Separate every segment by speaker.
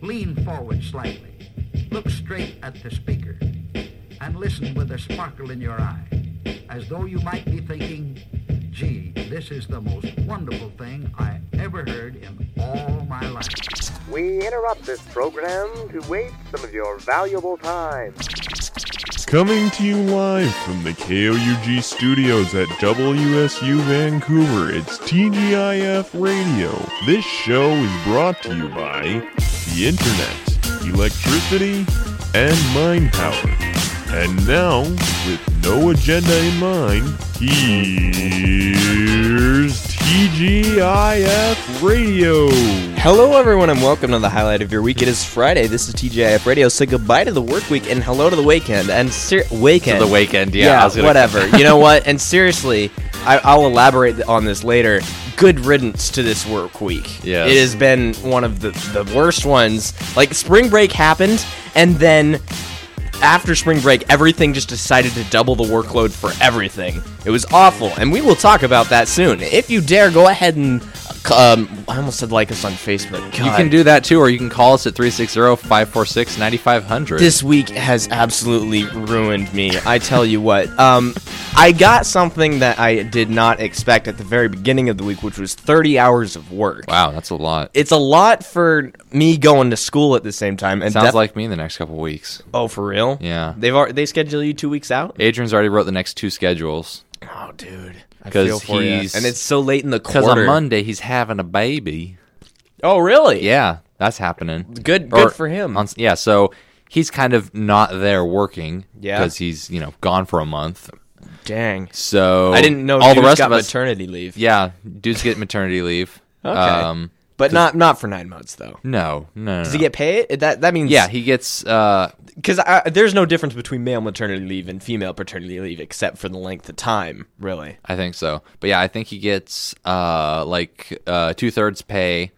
Speaker 1: Lean forward slightly. Look straight at the speaker. And listen with a sparkle in your eye, as though you might be thinking, gee, this is the most wonderful thing I ever heard in all my life.
Speaker 2: We interrupt this program to waste some of your valuable time.
Speaker 3: Coming to you live from the KOUG studios at WSU Vancouver, it's TGIF Radio. This show is brought to you by the Internet, Electricity, and Mind Power. And now, with no agenda in mind, here's TGIF Radio.
Speaker 4: Hello, everyone, and welcome to the highlight of your week. It is Friday. This is TGIF Radio. Say goodbye to the work week and hello to the weekend. And ser- weekend.
Speaker 5: To the weekend, yeah, I was gonna-
Speaker 4: whatever. you know what? And seriously, I- I'll elaborate on this later. Good riddance to this work week.
Speaker 5: Yes.
Speaker 4: It has been one of the, the worst ones. Like, spring break happened, and then after spring break, everything just decided to double the workload for everything. It was awful, and we will talk about that soon. If you dare, go ahead and. Um, I almost said like us on Facebook.
Speaker 5: You
Speaker 4: God.
Speaker 5: can do that too, or you can call us at 360 546 9500.
Speaker 4: This week has absolutely ruined me. I tell you what. Um, I got something that I did not expect at the very beginning of the week, which was 30 hours of work.
Speaker 5: Wow, that's a lot. It
Speaker 4: It's a lot for me going to school at the same time. And
Speaker 5: sounds
Speaker 4: def-
Speaker 5: like me in the next couple weeks.
Speaker 4: oh, for real?
Speaker 5: Yeah.
Speaker 4: They've already, they schedule you two weeks out.
Speaker 5: Adrian's already wrote the next two schedules.
Speaker 4: Oh, dude. I
Speaker 5: 'Cause
Speaker 4: feel for ya.
Speaker 5: he's-
Speaker 4: and it's so late in the
Speaker 5: Because
Speaker 4: quarter.
Speaker 5: on Monday, he's having a baby.
Speaker 4: Oh, really?
Speaker 5: Yeah, that's happening.
Speaker 4: Good.
Speaker 5: Or
Speaker 4: Good for him.
Speaker 5: on- yeah, so he's kind of not there working.
Speaker 4: Yeah.
Speaker 5: Because he's, you know, gone for a month.
Speaker 4: Dang.
Speaker 5: So
Speaker 4: I didn't know
Speaker 5: all the
Speaker 4: dudes
Speaker 5: rest
Speaker 4: got
Speaker 5: of us.
Speaker 4: maternity leave.
Speaker 5: yeah, dudes get maternity leave.
Speaker 4: Okay.
Speaker 5: Um,
Speaker 4: but not not for nine months though.
Speaker 5: no, no. no,
Speaker 4: Does he
Speaker 5: no.
Speaker 4: get paid? That that means
Speaker 5: Yeah, he gets. Uh,
Speaker 4: because there's no difference between male maternity leave and female paternity leave except for the length of time, really.
Speaker 5: I think so. But yeah, I think he gets uh like uh two thirds pay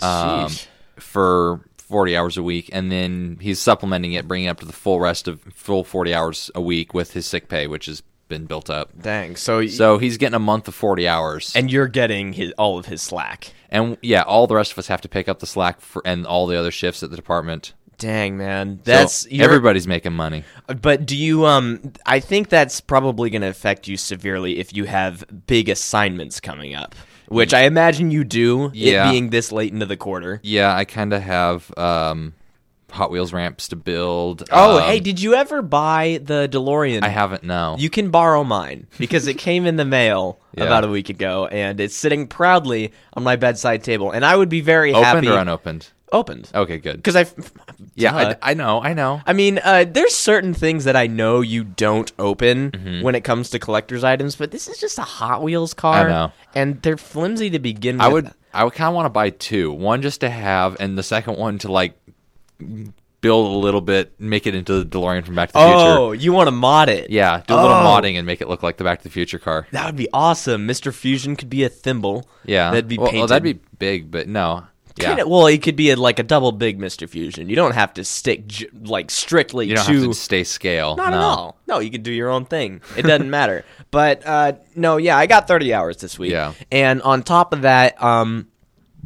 Speaker 5: um,
Speaker 4: Sheesh.
Speaker 5: for forty hours a week, and then he's supplementing it, bringing it up to the full rest of full forty hours a week with his sick pay, which has been built up.
Speaker 4: Dang. So,
Speaker 5: So he's getting a month of forty hours, and,
Speaker 4: and you're getting his, all of his slack.
Speaker 5: yeah, all the rest of us have to pick up the slack for and all the other shifts at the department.
Speaker 4: Dang, man.
Speaker 5: So
Speaker 4: That's you're-
Speaker 5: everybody's making money.
Speaker 4: But do you um I think that's probably going to affect you severely if you have big assignments coming up, which I imagine you do
Speaker 5: Yeah.
Speaker 4: it being this late into the quarter.
Speaker 5: Yeah, I kind of have um, Hot Wheels ramps to build.
Speaker 4: Oh,
Speaker 5: um,
Speaker 4: hey, did you ever buy the DeLorean?
Speaker 5: I haven't now.
Speaker 4: You can borrow mine because it came in the mail
Speaker 5: Yeah.
Speaker 4: about a week ago, and it's sitting proudly on my bedside table. And I would be very
Speaker 5: opened
Speaker 4: happy
Speaker 5: or unopened?
Speaker 4: opened
Speaker 5: Okay, good.
Speaker 4: because Oh, I, f-
Speaker 5: Yeah,
Speaker 4: Duh.
Speaker 5: I, I know, I know.
Speaker 4: I mean, uh, there's certain things that I know you don't open
Speaker 5: Mm-hmm.
Speaker 4: when it comes to collector's items, but this is just a Hot Wheels car,
Speaker 5: I know.
Speaker 4: and they're flimsy to begin with.
Speaker 5: I would, I would kind of want to buy two. One just to have, and the second one to like build a little bit, make it into the DeLorean from Back to the
Speaker 4: Oh,
Speaker 5: Future.
Speaker 4: you want to mod it?
Speaker 5: Yeah, do a little
Speaker 4: Oh.
Speaker 5: modding and make it look like the Back to the Future car.
Speaker 4: That would be awesome. Mister Fusion could be a thimble.
Speaker 5: Yeah,
Speaker 4: that'd be
Speaker 5: well,
Speaker 4: painted.
Speaker 5: well, that'd be big, but no, yeah,
Speaker 4: Kinda- well, it could be a, like a double big Mister Fusion. You don't have to stick j- like strictly
Speaker 5: you don't
Speaker 4: to.
Speaker 5: have to stay scale.
Speaker 4: Not
Speaker 5: no.
Speaker 4: at all. No, you can do your own thing. It doesn't matter. But uh, no, yeah, I got 30 hours this week.
Speaker 5: Yeah.
Speaker 4: And on top of that, um,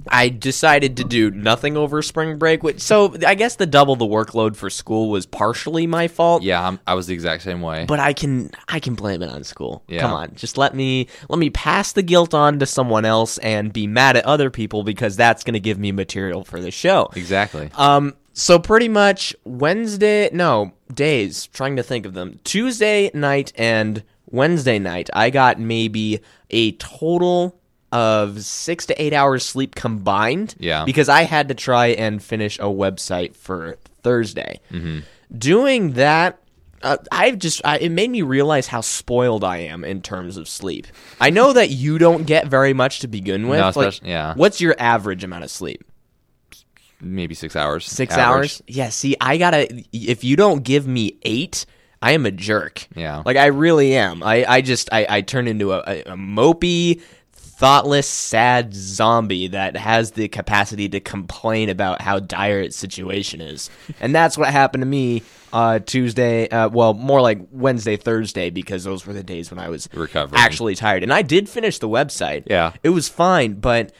Speaker 4: I decided to do nothing over spring break. Which, so I guess the double the workload for school was partially my fault.
Speaker 5: Yeah, I'm, I was the exact same way.
Speaker 4: But I can I can blame it on school.
Speaker 5: Yeah.
Speaker 4: Come on, just let me let me pass the guilt on to someone else and be mad at other people because that's going to give me material for the show.
Speaker 5: exactly.
Speaker 4: Um, so pretty much Wednesday, no days. Trying to think of them. Tuesday night and Wednesday night, I got maybe a total of six to eight hours sleep combined.
Speaker 5: Yeah.
Speaker 4: because I had to try and finish a website for Thursday.
Speaker 5: Mm-hmm.
Speaker 4: Doing that. Uh, I've just I, it made me realize how spoiled I am in terms of sleep. I know that you don't get very much to begin with. like,
Speaker 5: especially- yeah.
Speaker 4: What's your average amount of sleep?
Speaker 5: Maybe six hours.
Speaker 4: Six
Speaker 5: average.
Speaker 4: hours? Yeah, see, I gotta, if you don't give me eight, I am a jerk.
Speaker 5: Yeah.
Speaker 4: Like, I really am. I, I just, I, I turn into a, a, a mopey, thoughtless, sad zombie that has the capacity to complain about how dire its situation is. and that's what happened to me uh, Tuesday, uh, well, more like Wednesday, Thursday, because those were the days when I was
Speaker 5: Recovering.
Speaker 4: actually tired. And I did finish the website.
Speaker 5: Yeah.
Speaker 4: It was fine, but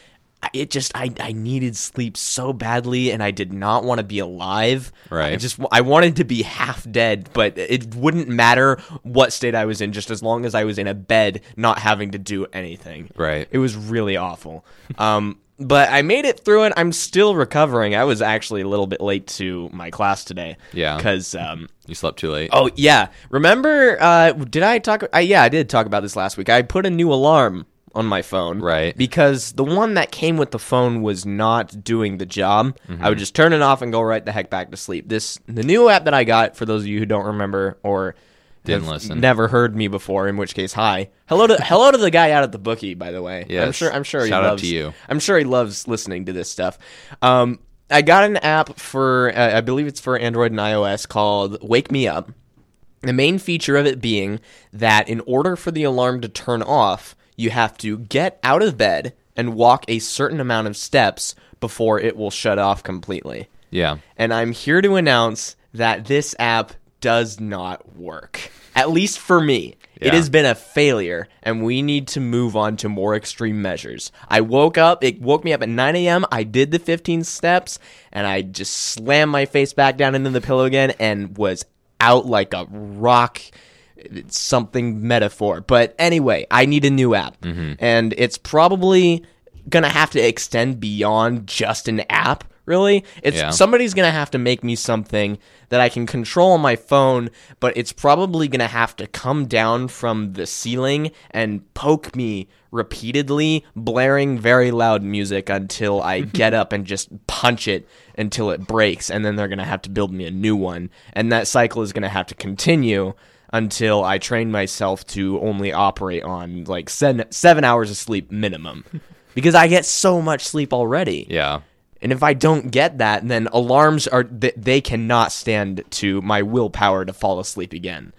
Speaker 4: I- it just I, I needed sleep so badly and I did not want to be alive.
Speaker 5: Right.
Speaker 4: I just I wanted to be half dead, but it wouldn't matter what state I was in just as long as I was in a bed not having to do anything.
Speaker 5: Right.
Speaker 4: It was really awful. um but I made it through it. I'm still recovering. I was actually a little bit late to my class today.
Speaker 5: Yeah.
Speaker 4: Cuz um
Speaker 5: You slept too late.
Speaker 4: Oh yeah, remember? Uh, did I talk? I, yeah, I did talk about this last week. I put a new alarm on my phone,
Speaker 5: Right.
Speaker 4: Because the one that came with the phone was not doing the job. I would just turn it off and go right the heck back to sleep. This the new app that I got. For those of you who don't remember or
Speaker 5: Didn't
Speaker 4: have
Speaker 5: listen.
Speaker 4: never heard me before. In which case, hi, hello to hello to the guy out at the bookie. By the way, I'm
Speaker 5: Yes.
Speaker 4: sure I'm sure he
Speaker 5: Shout out
Speaker 4: loves
Speaker 5: to you.
Speaker 4: I'm sure he loves listening to this stuff. Um, I got an app for, uh, I believe it's for Android and iOS called Wake Me Up. The main feature of it being that in order for the alarm to turn off, you have to get out of bed and walk a certain amount of steps before it will shut off completely.
Speaker 5: Yeah.
Speaker 4: And I'm here to announce that this app does not work. At least for me. It
Speaker 5: Yeah.
Speaker 4: has been a failure, and we need to move on to more extreme measures. I woke up, it woke me up at 9 a.m. I did the 15 steps, and I just slammed my face back down into the pillow again and was out like a rock something metaphor. But anyway, I need a new app,
Speaker 5: Mm-hmm.
Speaker 4: and it's probably gonna have to extend beyond just an app. Really, it's
Speaker 5: Yeah.
Speaker 4: somebody's gonna have to make me something that I can control on my phone, but it's probably gonna have to come down from the ceiling and poke me repeatedly, blaring very loud music until I get up and just punch it until it breaks, and then they're gonna have to build me a new one, and that cycle is gonna have to continue until I train myself to only operate on like seven, seven hours of sleep minimum. Because I get so much sleep already.
Speaker 5: Yeah.
Speaker 4: And if I don't get that, then alarms are th- they cannot stand to my willpower to fall asleep again.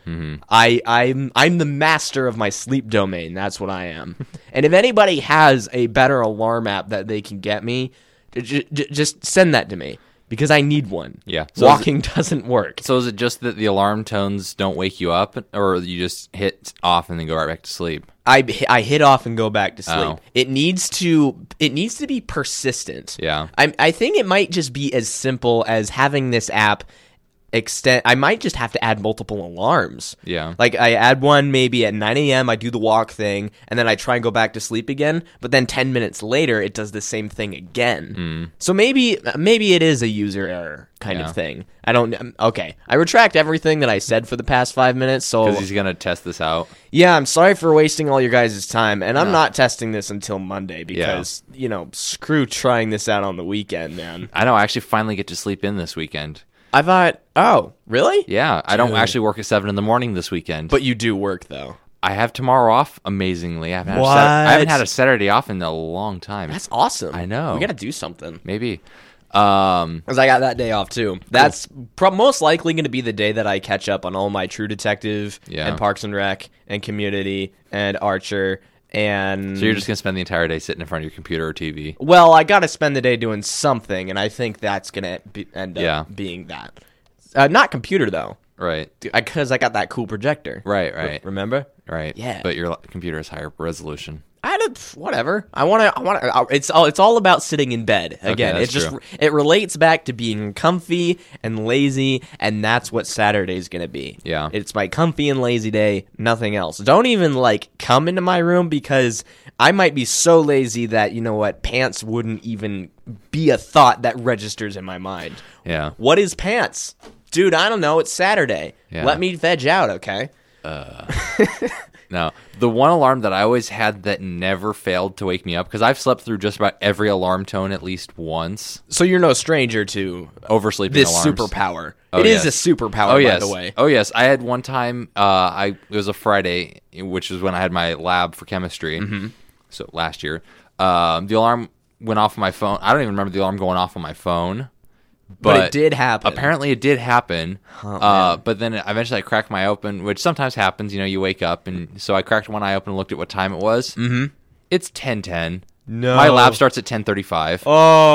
Speaker 4: I I'm I'm the master of my sleep domain. That's what I am. and if anybody has a better alarm app that they can get me, j- j- just send that to me because I need one.
Speaker 5: Yeah. So is
Speaker 4: walking doesn't work.
Speaker 5: So is it just that the alarm tones don't wake you up, or you just hit off and then go right back to sleep?
Speaker 4: I I hit off and go back to sleep.
Speaker 5: Oh.
Speaker 4: It needs to it needs to be persistent.
Speaker 5: Yeah.
Speaker 4: I I think it might just be as simple as having this app extend. I might just have to add multiple alarms.
Speaker 5: Yeah.
Speaker 4: Like I add one maybe at 9 a.m. I do the walk thing and then I try and go back to sleep again. But then 10 minutes later it does the same thing again. So maybe maybe it is a user error kind
Speaker 5: Hmm. Yeah.
Speaker 4: of thing. I don't. um, Okay. I retract everything that I said for the past five minutes. So
Speaker 5: Because he's gonna test this out.
Speaker 4: yeah, I'm sorry for wasting all your guys' time, and I'm not testing this until Monday because you know, screw trying this out on the weekend, man.
Speaker 5: I know. I actually finally get to sleep in this weekend.
Speaker 4: I thought, oh, really?
Speaker 5: Yeah, I don't actually work at seven in the morning this weekend.
Speaker 4: But you do work though.
Speaker 5: I have tomorrow off. Amazingly, I haven't, had a,
Speaker 4: What?
Speaker 5: Sat- I haven't had a Saturday off in a long time.
Speaker 4: That's awesome.
Speaker 5: I know.
Speaker 4: We gotta do something
Speaker 5: maybe. Um,
Speaker 4: because I got that day off too. That's pro- most likely going to be the day that I catch up on all my True Detective
Speaker 5: Yeah.
Speaker 4: and Parks and Rec and Community and Archer and.
Speaker 5: so you're just gonna spend the entire day sitting in front of your computer or TV.
Speaker 4: well, I got to spend the day doing something, and I think that's gonna be- end up
Speaker 5: Yeah.
Speaker 4: being that. Uh, not computer though.
Speaker 5: Right.
Speaker 4: because I, got that cool projector.
Speaker 5: Right. Right.
Speaker 4: Remember?
Speaker 5: Right.
Speaker 4: Yeah.
Speaker 5: But your computer is higher resolution.
Speaker 4: I don't. Whatever. I want to. I want to. It's all. It's all about sitting in bed again.
Speaker 5: that's
Speaker 4: it just.
Speaker 5: true.
Speaker 4: It relates back to being comfy and lazy, and that's what Saturday's gonna be.
Speaker 5: Yeah.
Speaker 4: It's my comfy and lazy day. Nothing else. Don't even like come into my room because I might be so lazy that you know what pants wouldn't even be a thought that registers in my mind.
Speaker 5: Yeah.
Speaker 4: What is pants? Dude, I don't know. It's Saturday.
Speaker 5: Yeah.
Speaker 4: Let me veg out, okay?
Speaker 5: No, the one alarm that I always had that never failed to wake me up because I've slept through just about every alarm tone at least once.
Speaker 4: So you're no stranger to
Speaker 5: Oversleeping
Speaker 4: this
Speaker 5: alarms.
Speaker 4: superpower.
Speaker 5: Oh,
Speaker 4: it is
Speaker 5: yes.
Speaker 4: a superpower,
Speaker 5: Oh yes.
Speaker 4: by the way.
Speaker 5: Oh yes. I had one time. Uh, I it was a Friday, which is when I had my lab for chemistry.
Speaker 4: Mm-hmm.
Speaker 5: So last year, um, the alarm went off on my phone. I don't even remember the alarm going off on my phone, but,
Speaker 4: But, it did happen.
Speaker 5: Apparently, it did happen. uh, but then eventually, I cracked my open, which sometimes happens. You know, you wake up, and so I cracked one eye open and looked at what time it was. Mm-hmm. It's ten ten.
Speaker 4: No.
Speaker 5: my lab starts at ten thirty five.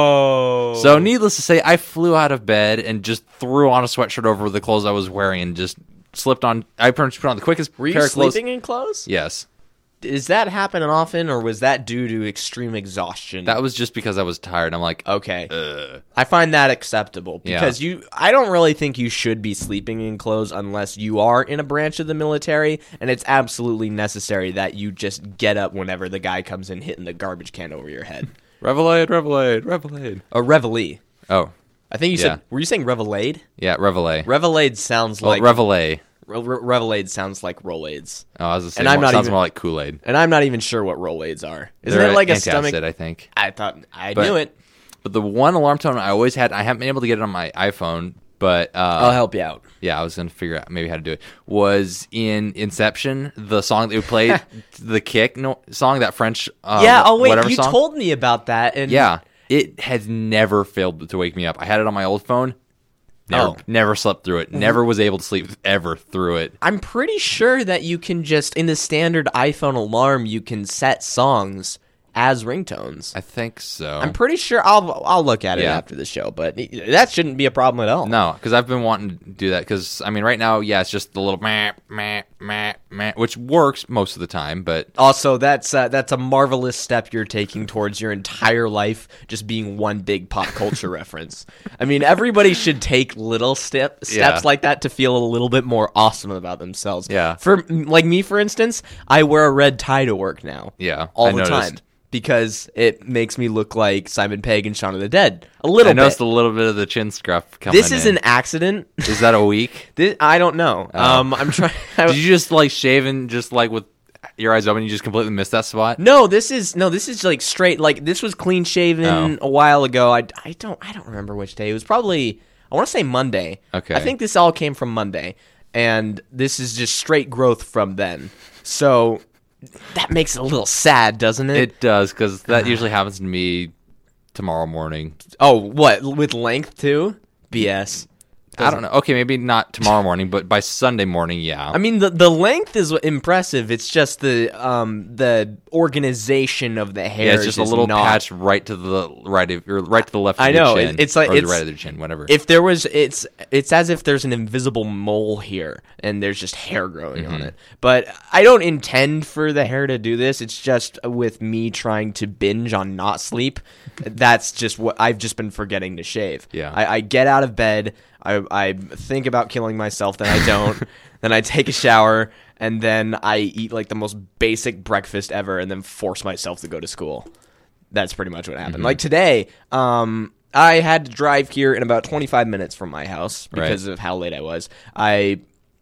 Speaker 4: Oh.
Speaker 5: So, needless to say, I flew out of bed and just threw on a sweatshirt over the clothes I was wearing and just slipped on. I pretty much put on the quickest
Speaker 4: Were you
Speaker 5: pair of clothes.
Speaker 4: sleeping in clothes?
Speaker 5: Yes.
Speaker 4: Is that happening often, or was that due to extreme exhaustion?
Speaker 5: That was just because I was tired. I'm like, oh.
Speaker 4: okay.
Speaker 5: Ugh.
Speaker 4: I find that acceptable
Speaker 5: Yeah.
Speaker 4: because you. I don't really think you should be sleeping in clothes unless you are in a branch of the military, and it's absolutely necessary that you just get up whenever the guy comes in hitting the garbage can over your head.
Speaker 5: Revelade, Revelade, Revelade.
Speaker 4: A reveille.
Speaker 5: Oh,
Speaker 4: I think you
Speaker 5: Yeah.
Speaker 4: said. Were you saying revelade?
Speaker 5: yeah, Revelade.
Speaker 4: Revelade sounds
Speaker 5: well,
Speaker 4: like
Speaker 5: Revelade.
Speaker 4: Re- Re- Revelade sounds like Rolaids,
Speaker 5: Oh, I was just
Speaker 4: And
Speaker 5: saying,
Speaker 4: I'm
Speaker 5: well,
Speaker 4: not
Speaker 5: sounds
Speaker 4: even-
Speaker 5: more like Kool Aid.
Speaker 4: and I'm not even sure what Rolaids are. Isn't it like a stomach?
Speaker 5: I think.
Speaker 4: I thought I
Speaker 5: But-
Speaker 4: knew it.
Speaker 5: But the one alarm tone I always had, I haven't been able to get it on my iPhone, but
Speaker 4: I'll
Speaker 5: uh,
Speaker 4: help you out.
Speaker 5: yeah, I was gonna figure out maybe how to do it. Was in Inception the song that we played, the kick no- song, that French uh,
Speaker 4: yeah. Oh wait,
Speaker 5: whatever
Speaker 4: you
Speaker 5: song?
Speaker 4: told me about that, and
Speaker 5: Yeah, it has never failed to wake me up. I had it on my old phone. Never,
Speaker 4: Oh. Mm-hmm.
Speaker 5: never slept through it. Never was able to sleep ever through it.
Speaker 4: I'm pretty sure that you can just in the standard iPhone alarm you can set songs as ringtones.
Speaker 5: I think so.
Speaker 4: I'm pretty sure I'll I'll look at it
Speaker 5: Yeah.
Speaker 4: after the show, but that shouldn't be a problem at all.
Speaker 5: No, because I've been wanting to do that. Because I mean, right now, yeah, it's just the little meh, meh, meh, meh, which works most of the time. But
Speaker 4: Also, that's uh, that's a marvelous step you're taking towards your entire life just being one big pop culture reference. I mean, everybody should take little step steps
Speaker 5: Yeah.
Speaker 4: like that to feel a little bit more awesome about themselves.
Speaker 5: Yeah.
Speaker 4: For like me, for instance, I wear a red tie to work now.
Speaker 5: Yeah,
Speaker 4: All
Speaker 5: I
Speaker 4: the
Speaker 5: noticed.
Speaker 4: time because it makes me look like Simon Pegg and Shaun of the Dead a little
Speaker 5: I noticed
Speaker 4: bit.
Speaker 5: a little bit of the chin scruff coming.
Speaker 4: this is
Speaker 5: in.
Speaker 4: an accident.
Speaker 5: Is that a week?
Speaker 4: This, I don't know. Um, I'm trying.
Speaker 5: Did you just like shave and just like with your eyes open? You just completely missed that spot.
Speaker 4: No, this is no, this is like straight. Like this was clean shaven
Speaker 5: Oh.
Speaker 4: a while ago. I, I don't I don't remember which day. It was probably I want to say Monday.
Speaker 5: Okay.
Speaker 4: I think this all came from Monday, and this is just straight growth from then. So that makes it a little sad, doesn't it?
Speaker 5: It does because that
Speaker 4: Uh-huh.
Speaker 5: usually happens to me tomorrow morning.
Speaker 4: oh, what with length too? BS.
Speaker 5: I don't know. Okay, maybe not tomorrow morning, but by Sunday morning, yeah.
Speaker 4: I mean the the length is impressive. It's just the um the organization of the hair.
Speaker 5: yeah, it's just a
Speaker 4: is
Speaker 5: little
Speaker 4: not-
Speaker 5: patch right to the right of or right to the left.
Speaker 4: I
Speaker 5: of your
Speaker 4: know,
Speaker 5: chin,
Speaker 4: it's like-
Speaker 5: or the
Speaker 4: it's-
Speaker 5: right of your chin, whatever.
Speaker 4: if there was it's it's as if there's an invisible mole here and there's just hair growing
Speaker 5: Mm-hmm.
Speaker 4: on it but i don't intend for the hair to do this it's just with me trying to binge on not sleep that's just what i've just been forgetting to shave
Speaker 5: Yeah.
Speaker 4: i, I get out of bed I, I think about killing myself then i don't then i take a shower and then i eat like the most basic breakfast ever and then force myself to go to school that's pretty much what happened. Like today, um, I had to drive here in about 25 minutes from my house because of how late I was. I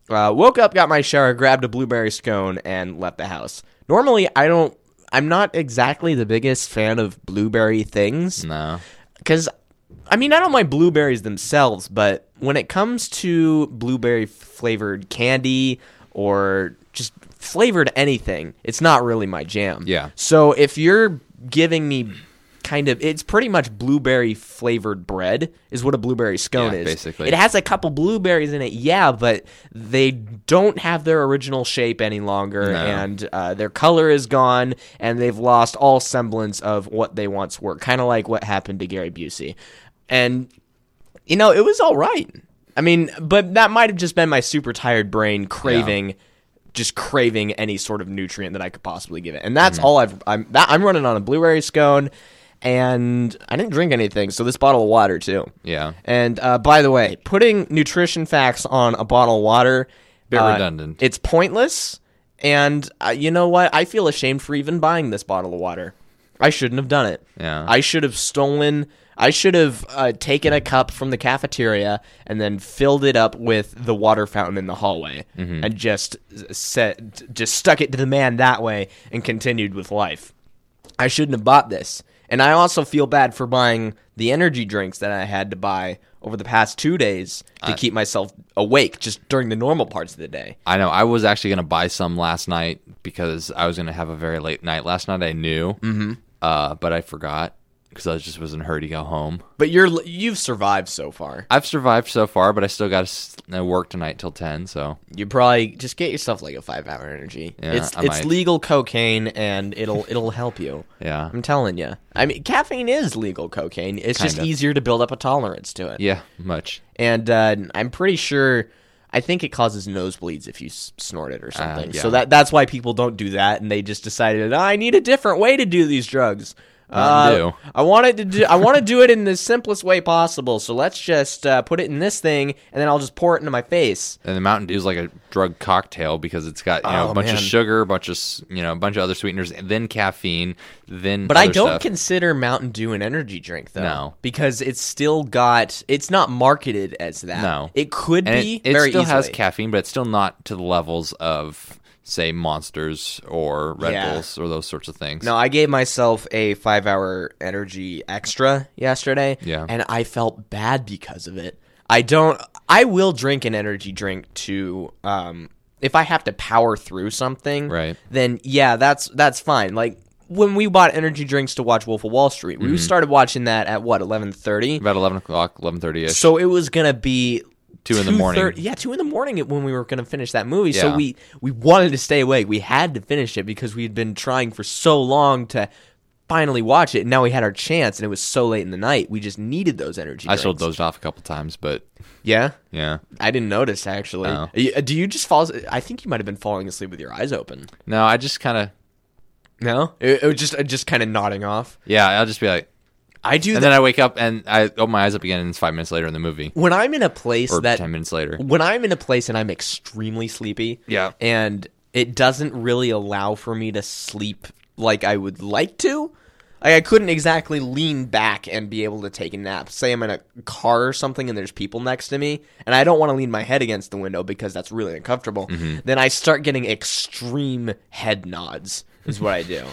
Speaker 4: uh, woke up, got my shower, grabbed a blueberry scone, and left the house. Normally, I don't. I'm not exactly the biggest fan of blueberry things
Speaker 5: no,
Speaker 4: because I mean I don't mind blueberries themselves, but when it comes to blueberry flavored candy or just flavored anything, it's not really my jam.
Speaker 5: Yeah.
Speaker 4: So if you're giving me kind of it's pretty much blueberry flavored bread is what a blueberry scone
Speaker 5: Yeah,
Speaker 4: is.
Speaker 5: basically.
Speaker 4: It has a couple blueberries in it, yeah, but they don't have their original shape any longer
Speaker 5: No.
Speaker 4: and uh, their color is gone and they've lost all semblance of what they once were. Kind of like what happened to Gary Busey. And you know, it was all right. I mean, but that might have just been my super tired brain craving, just craving any sort of nutrient that I could possibly give it, and that's
Speaker 5: Mm-hmm.
Speaker 4: all I've. I'm that, I'm running on a blueberry scone, and I didn't drink anything, so this bottle of water too.
Speaker 5: Yeah.
Speaker 4: And uh, by the way, putting nutrition facts on a bottle of water,
Speaker 5: Bit
Speaker 4: uh,
Speaker 5: redundant.
Speaker 4: It's pointless, and uh, you know what? I feel ashamed for even buying this bottle of water. I shouldn't have done it.
Speaker 5: Yeah.
Speaker 4: I should have stolen. I should have uh, taken a cup from the cafeteria and then filled it up with the water fountain in the hallway, and just set, just stuck it to the man that way, and continued with life. I shouldn't have bought this, and I also feel bad for buying the energy drinks that I had to buy over the past two days to keep myself awake just during the normal parts of the day.
Speaker 5: I know. I was actually gonna buy some last night because I was gonna have a very late night last night. I knew, mm-hmm. uh, but I forgot because I just was in a hurry to go home.
Speaker 4: But you're you've survived so far.
Speaker 5: I've survived so far, but I still got to work tonight till ten. So
Speaker 4: You probably just get yourself like a five hour energy.
Speaker 5: Yeah,
Speaker 4: it's
Speaker 5: I
Speaker 4: it's
Speaker 5: might.
Speaker 4: legal cocaine and it'll it'll help you.
Speaker 5: yeah,
Speaker 4: I'm telling you. I mean, caffeine is legal cocaine. It's just
Speaker 5: Kinda.
Speaker 4: easier to build up a tolerance to it.
Speaker 5: yeah, much.
Speaker 4: And uh, I'm pretty sure I think it causes nosebleeds if you s- snort it or something.
Speaker 5: Uh, yeah.
Speaker 4: So that that's why people don't do that, and they just decided "Oh, I need a different way to do these drugs.
Speaker 5: Mountain
Speaker 4: Uh,
Speaker 5: Dew.
Speaker 4: I wanted to do I want to do it in the simplest way possible. So let's just uh, put it in this thing, and then I'll just pour it into my face.
Speaker 5: And the Mountain Dew is like a drug cocktail because it's got you know
Speaker 4: Oh,
Speaker 5: a bunch
Speaker 4: man.
Speaker 5: of sugar, a bunch of s- you know a bunch of other sweeteners, and then caffeine, then.
Speaker 4: But I
Speaker 5: other
Speaker 4: don't
Speaker 5: stuff.
Speaker 4: consider Mountain Dew an energy drink though,
Speaker 5: No.
Speaker 4: because it's still got it's not marketed as that.
Speaker 5: No.
Speaker 4: it could
Speaker 5: and
Speaker 4: be
Speaker 5: it, it
Speaker 4: very
Speaker 5: still has
Speaker 4: easily.
Speaker 5: caffeine, but it's still not to the levels of say monsters or Red
Speaker 4: Yeah.
Speaker 5: Bulls or those sorts of things.
Speaker 4: No, I gave myself a five hour energy extra yesterday.
Speaker 5: Yeah.
Speaker 4: And I felt bad because of it. I don't, I will drink an energy drink to, um, if I have to power through something,
Speaker 5: Right.
Speaker 4: Then yeah, that's that's fine. Like when we bought energy drinks to watch Wolf of Wall Street,
Speaker 5: Mm-hmm.
Speaker 4: we started watching that at what eleven thirty.
Speaker 5: about eleven o'clock, eleven thirty ish.
Speaker 4: So it was gonna be
Speaker 5: Two in the morning.
Speaker 4: 2:30 yeah, two in the morning when we were gonna finish that movie. So
Speaker 5: Yeah.
Speaker 4: we we wanted to stay awake. We had to finish it because we had been trying for so long to finally watch it. And now we had our chance, and it was so late in the night. We just needed those energy.
Speaker 5: I still
Speaker 4: drinks.
Speaker 5: dozed off a couple times, but
Speaker 4: Yeah,
Speaker 5: yeah.
Speaker 4: I didn't notice actually.
Speaker 5: Oh.
Speaker 4: Y- uh, Do you just fall? I think you might have been falling asleep with your eyes open.
Speaker 5: No, I just kind of
Speaker 4: No, it, it was just uh, just kind of nodding off.
Speaker 5: yeah. I'll just be like,
Speaker 4: I do
Speaker 5: and
Speaker 4: that
Speaker 5: then I wake up and I open my eyes up again, and it's five minutes later in the movie,
Speaker 4: when I'm in a place
Speaker 5: or
Speaker 4: that
Speaker 5: ten minutes later.
Speaker 4: when I'm in a place and I'm extremely sleepy,
Speaker 5: Yeah.
Speaker 4: and it doesn't really allow for me to sleep like I would like to. Like I couldn't exactly lean back and be able to take a nap. Say I'm in a car or something and there's people next to me, and I don't want to lean my head against the window because that's really uncomfortable.
Speaker 5: Mm-hmm.
Speaker 4: Then I start getting extreme head nods. Is what I do.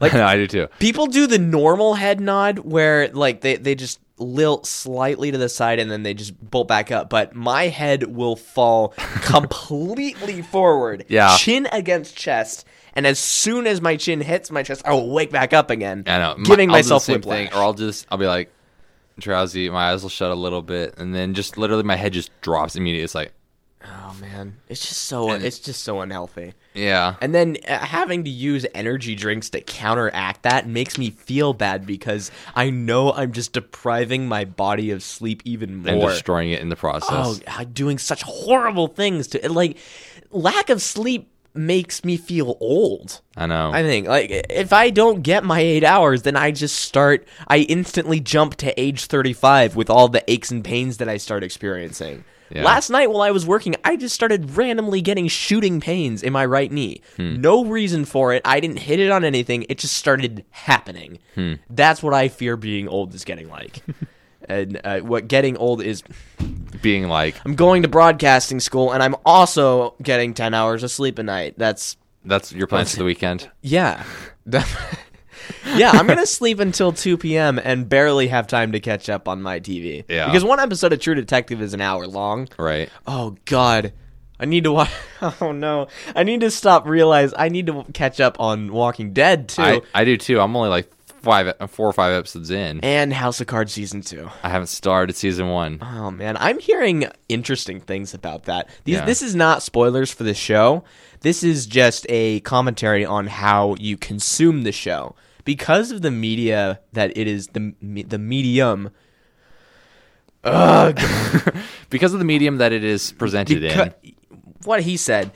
Speaker 4: Like
Speaker 5: no, I do too.
Speaker 4: People do the normal head nod where like they, they just lilt slightly to the side and then they just bolt back up, but my head will fall completely forward,
Speaker 5: Yeah.
Speaker 4: chin against chest, and as soon as my chin hits my chest, I will wake back up again,
Speaker 5: I know. My-
Speaker 4: giving
Speaker 5: I'll do the
Speaker 4: myself
Speaker 5: same
Speaker 4: whiplash.
Speaker 5: or I'll just I'll be like drowsy. My eyes will shut a little bit, and then just literally my head just drops immediately. It's like
Speaker 4: oh man, it's just so it's just so unhealthy.
Speaker 5: yeah,
Speaker 4: And then uh, having to use energy drinks to counteract that makes me feel bad because I know I'm just depriving my body of sleep even more.
Speaker 5: and destroying it in the process.
Speaker 4: Oh, uh, doing such horrible things to like lack of sleep makes me feel old.
Speaker 5: I know.
Speaker 4: I think like if I don't get my 8 hours then I just start I instantly jump to age 35 with all the aches and pains that I start experiencing.
Speaker 5: Yeah.
Speaker 4: Last night while I was working, I just started randomly getting shooting pains in my right knee. No reason for it. I didn't hit it on anything. It just started happening. That's what I fear being old is getting like. and uh, what getting old is
Speaker 5: Being like
Speaker 4: I'm going to broadcasting school and I'm also getting 10 hours of sleep a night. That's
Speaker 5: that's your plans for the weekend.
Speaker 4: yeah. yeah, I'm going to sleep until 2 p.m. and barely have time to catch up on my TV.
Speaker 5: Yeah.
Speaker 4: Because one episode of True Detective is an hour long.
Speaker 5: Right.
Speaker 4: Oh god. I need to watch Oh no. I need to stop realize I need to catch up on Walking Dead too
Speaker 5: I, I do too. I'm only like five, four or five episodes in.
Speaker 4: and House of Cards season 2.
Speaker 5: I haven't started season one.
Speaker 4: Oh man, I'm hearing interesting things about that. These,
Speaker 5: Yeah.
Speaker 4: This is not spoilers for the show. This is just a commentary on how you consume the show because of the media that it is the me- the medium.
Speaker 5: Because of the medium that it is presented in.
Speaker 4: Becau- What he said,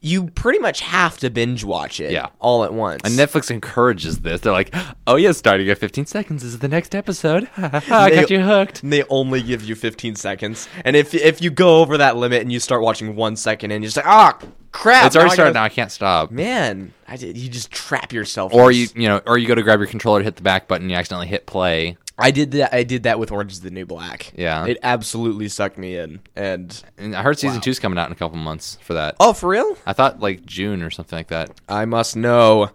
Speaker 4: you pretty much have to binge watch it
Speaker 5: Yeah.
Speaker 4: all at once.
Speaker 5: And Netflix encourages this. They're like, oh, yeah, starting at 15 seconds is the next episode. I got
Speaker 4: They-
Speaker 5: you hooked.
Speaker 4: And they only give you 15 seconds. And if if you go over that limit and you start watching one second and you're just like, ah, crap.
Speaker 5: It's already
Speaker 4: I gotta-"
Speaker 5: started now. I can't stop.
Speaker 4: Man, I did, you just trap yourself.
Speaker 5: Or
Speaker 4: in
Speaker 5: you, you know, or you go to grab your controller, hit the back button, you accidentally hit play.
Speaker 4: I did that. I did that with Orange is the New Black.
Speaker 5: Yeah.
Speaker 4: it absolutely sucked me in. And
Speaker 5: And I heard season two's coming out in a couple months for that.
Speaker 4: oh, for real?
Speaker 5: I thought like June or something like that.
Speaker 4: I must know.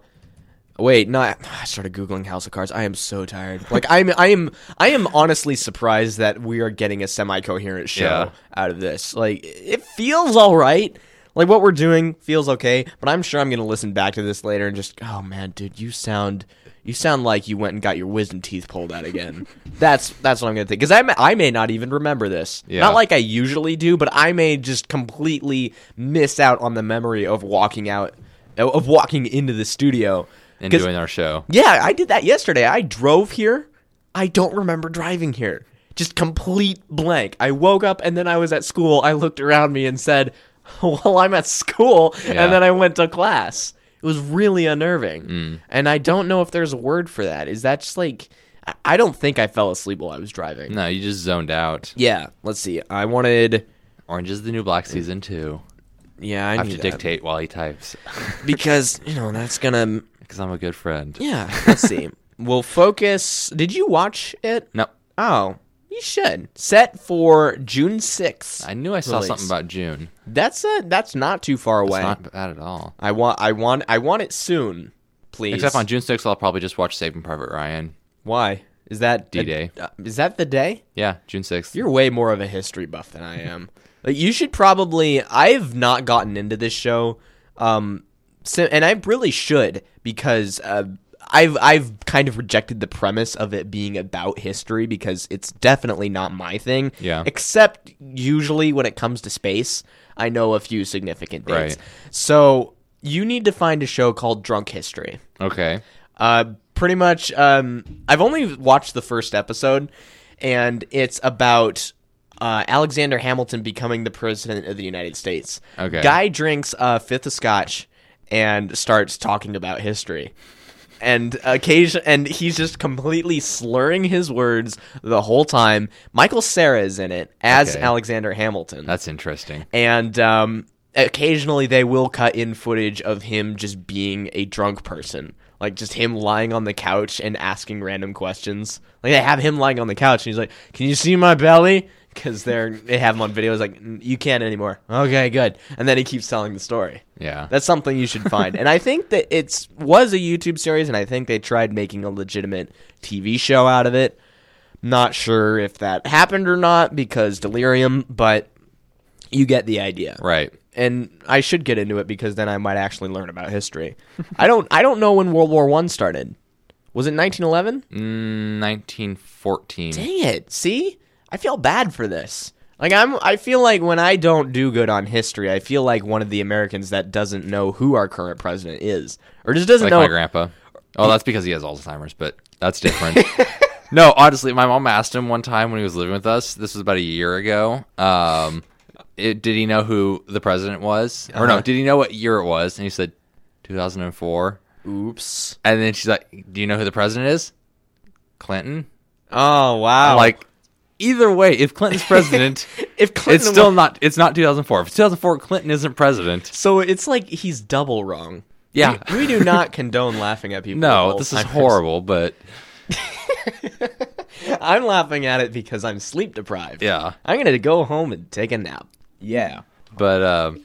Speaker 4: Wait, no. I I started googling House of Cards. I am so tired. Like I'm, I am, I am honestly surprised that we are getting a semi-coherent show
Speaker 5: Yeah.
Speaker 4: out of this. Like it feels all right. Like what we're doing feels okay. But I'm sure I'm gonna listen back to this later and just, oh man, dude, you sound, you sound like you went and got your wisdom teeth pulled out again. that's that's what I'm gonna think because I may- I may not even remember this.
Speaker 5: Yeah.
Speaker 4: Not like I usually do, but I may just completely miss out on the memory of walking out of walking into the studio.
Speaker 5: And
Speaker 4: 'Cause-
Speaker 5: doing our show.
Speaker 4: yeah, I did that yesterday. I drove here. I don't remember driving here. just complete blank. I woke up and then I was at school. I looked around me and said, "Well, I'm at school,"
Speaker 5: Yeah.
Speaker 4: and then I went to class. It was really unnerving,
Speaker 5: Mm.
Speaker 4: and I don't know if there's a word for that. Is that just like I- I don't think I fell asleep while I was driving.
Speaker 5: No, you just zoned out.
Speaker 4: Yeah, let's see. I wanted.
Speaker 5: Orange is the New Black season two.
Speaker 4: Yeah, I,
Speaker 5: I have
Speaker 4: knew
Speaker 5: to
Speaker 4: that.
Speaker 5: dictate while he types
Speaker 4: because you know that's gonna.
Speaker 5: because I'm a good friend.
Speaker 4: Yeah, let's see. We'll focus. Did you watch it?
Speaker 5: No,
Speaker 4: Oh, you should. Set for June sixth.
Speaker 5: I knew I saw
Speaker 4: Release.
Speaker 5: something about June.
Speaker 4: That's a, that's not too far
Speaker 5: It's
Speaker 4: away.
Speaker 5: not bad at all.
Speaker 4: I want I want I want it soon, please.
Speaker 5: Except on June 6th, I'll probably just watch Saving Private Ryan.
Speaker 4: why is that a-
Speaker 5: D-Day.
Speaker 4: uh, is that the day?
Speaker 5: Yeah, June 6th.
Speaker 4: You're way more of a history buff than I am. like you should probably. I've not gotten into this show, um, so, and I really should because uh, I've I've kind of rejected the premise of it being about history because it's definitely not my thing.
Speaker 5: Yeah.
Speaker 4: Except usually when it comes to space, I know a few significant things.
Speaker 5: Right.
Speaker 4: So you need to find a show called Drunk History.
Speaker 5: okay.
Speaker 4: Uh, pretty much. Um, I've only watched the first episode, and it's about uh, Alexander Hamilton becoming the president of the United States.
Speaker 5: Okay.
Speaker 4: Guy drinks a fifth of scotch and starts talking about history. And occasion, and he's just completely slurring his words the whole time. Michael Sarah is in it as
Speaker 5: Okay.
Speaker 4: Alexander Hamilton
Speaker 5: That's interesting.
Speaker 4: and um, occasionally they will cut in footage of him just being a drunk person like just him lying on the couch and asking random questions like they have him lying on the couch and he's like can you see my belly because they're they have him on video he's like "N- you can't anymore okay good and then he keeps telling the story
Speaker 5: Yeah.
Speaker 4: that's something you should find and i think that it's was a youtube series and i think they tried making a legitimate tv show out of it not sure if that happened or not because delirium but you get the idea
Speaker 5: right.
Speaker 4: and I should get into it because then I might actually learn about history. I don't I don't know when World War One started. Was it 1911?
Speaker 5: Mm. 1914.
Speaker 4: Dang it! See, I feel bad for this. Like I'm I feel like when I don't do good on history, I feel like one of the Americans that doesn't know who our current president is, or just doesn't
Speaker 5: Like
Speaker 4: know.
Speaker 5: my grandpa. Oh, that's because he has Alzheimer's, but that's different. no, honestly, my mom asked him one time when he was living with us. This was about a year ago. Um, it, did he know who the president was? Or no, did he know what year it was? And he said 2004.
Speaker 4: Oops!
Speaker 5: And then she's like, "Do you know who the president is? Clinton."
Speaker 4: Oh wow!
Speaker 5: I'm like, either way, if Clinton's president,
Speaker 4: if Clinton
Speaker 5: it's still
Speaker 4: was-
Speaker 5: not. It's not 2004. If it's 2004, Clinton isn't president.
Speaker 4: so it's like he's double wrong.
Speaker 5: Yeah.
Speaker 4: we, we do not condone laughing at people. at
Speaker 5: No,
Speaker 4: all
Speaker 5: this is
Speaker 4: times.
Speaker 5: horrible. But
Speaker 4: I'm laughing at it because I'm sleep deprived.
Speaker 5: yeah,
Speaker 4: I'm gonna go home and take a nap. Yeah.
Speaker 5: but um,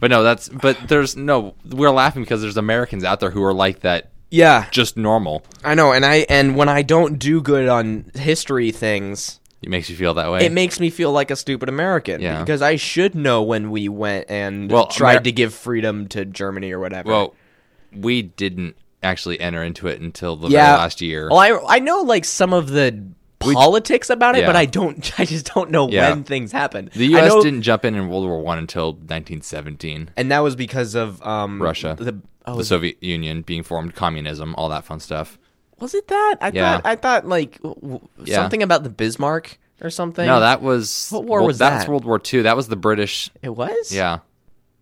Speaker 5: but no, that's but there's no. We're laughing because there's Americans out there who are like that,
Speaker 4: Yeah,
Speaker 5: just normal.
Speaker 4: I know, and I and when I don't do good on history things,
Speaker 5: It makes you feel that way.
Speaker 4: it makes me feel like a stupid American.
Speaker 5: Yeah.
Speaker 4: Because I should know when we went and
Speaker 5: Well,
Speaker 4: tried
Speaker 5: Amer-
Speaker 4: to give freedom to Germany or whatever.
Speaker 5: well, we didn't actually enter into it until the
Speaker 4: yeah,
Speaker 5: very last year.
Speaker 4: Well, I I know like some of the politics about it,
Speaker 5: Yeah.
Speaker 4: but I don't. I just don't know
Speaker 5: Yeah.
Speaker 4: when things happened.
Speaker 5: the
Speaker 4: I
Speaker 5: U.S.
Speaker 4: know-
Speaker 5: didn't jump in in World War One until 1917.
Speaker 4: and that was because of um
Speaker 5: Russia.
Speaker 4: The oh,
Speaker 5: the Soviet Union being formed, communism, all that fun stuff.
Speaker 4: was it that? I
Speaker 5: Yeah.
Speaker 4: thought I thought like w- w-
Speaker 5: Yeah.
Speaker 4: something about the Bismarck or something.
Speaker 5: No, that was
Speaker 4: What war
Speaker 5: well,
Speaker 4: was
Speaker 5: that's
Speaker 4: that?
Speaker 5: World War II. That was the British.
Speaker 4: it was.
Speaker 5: Yeah,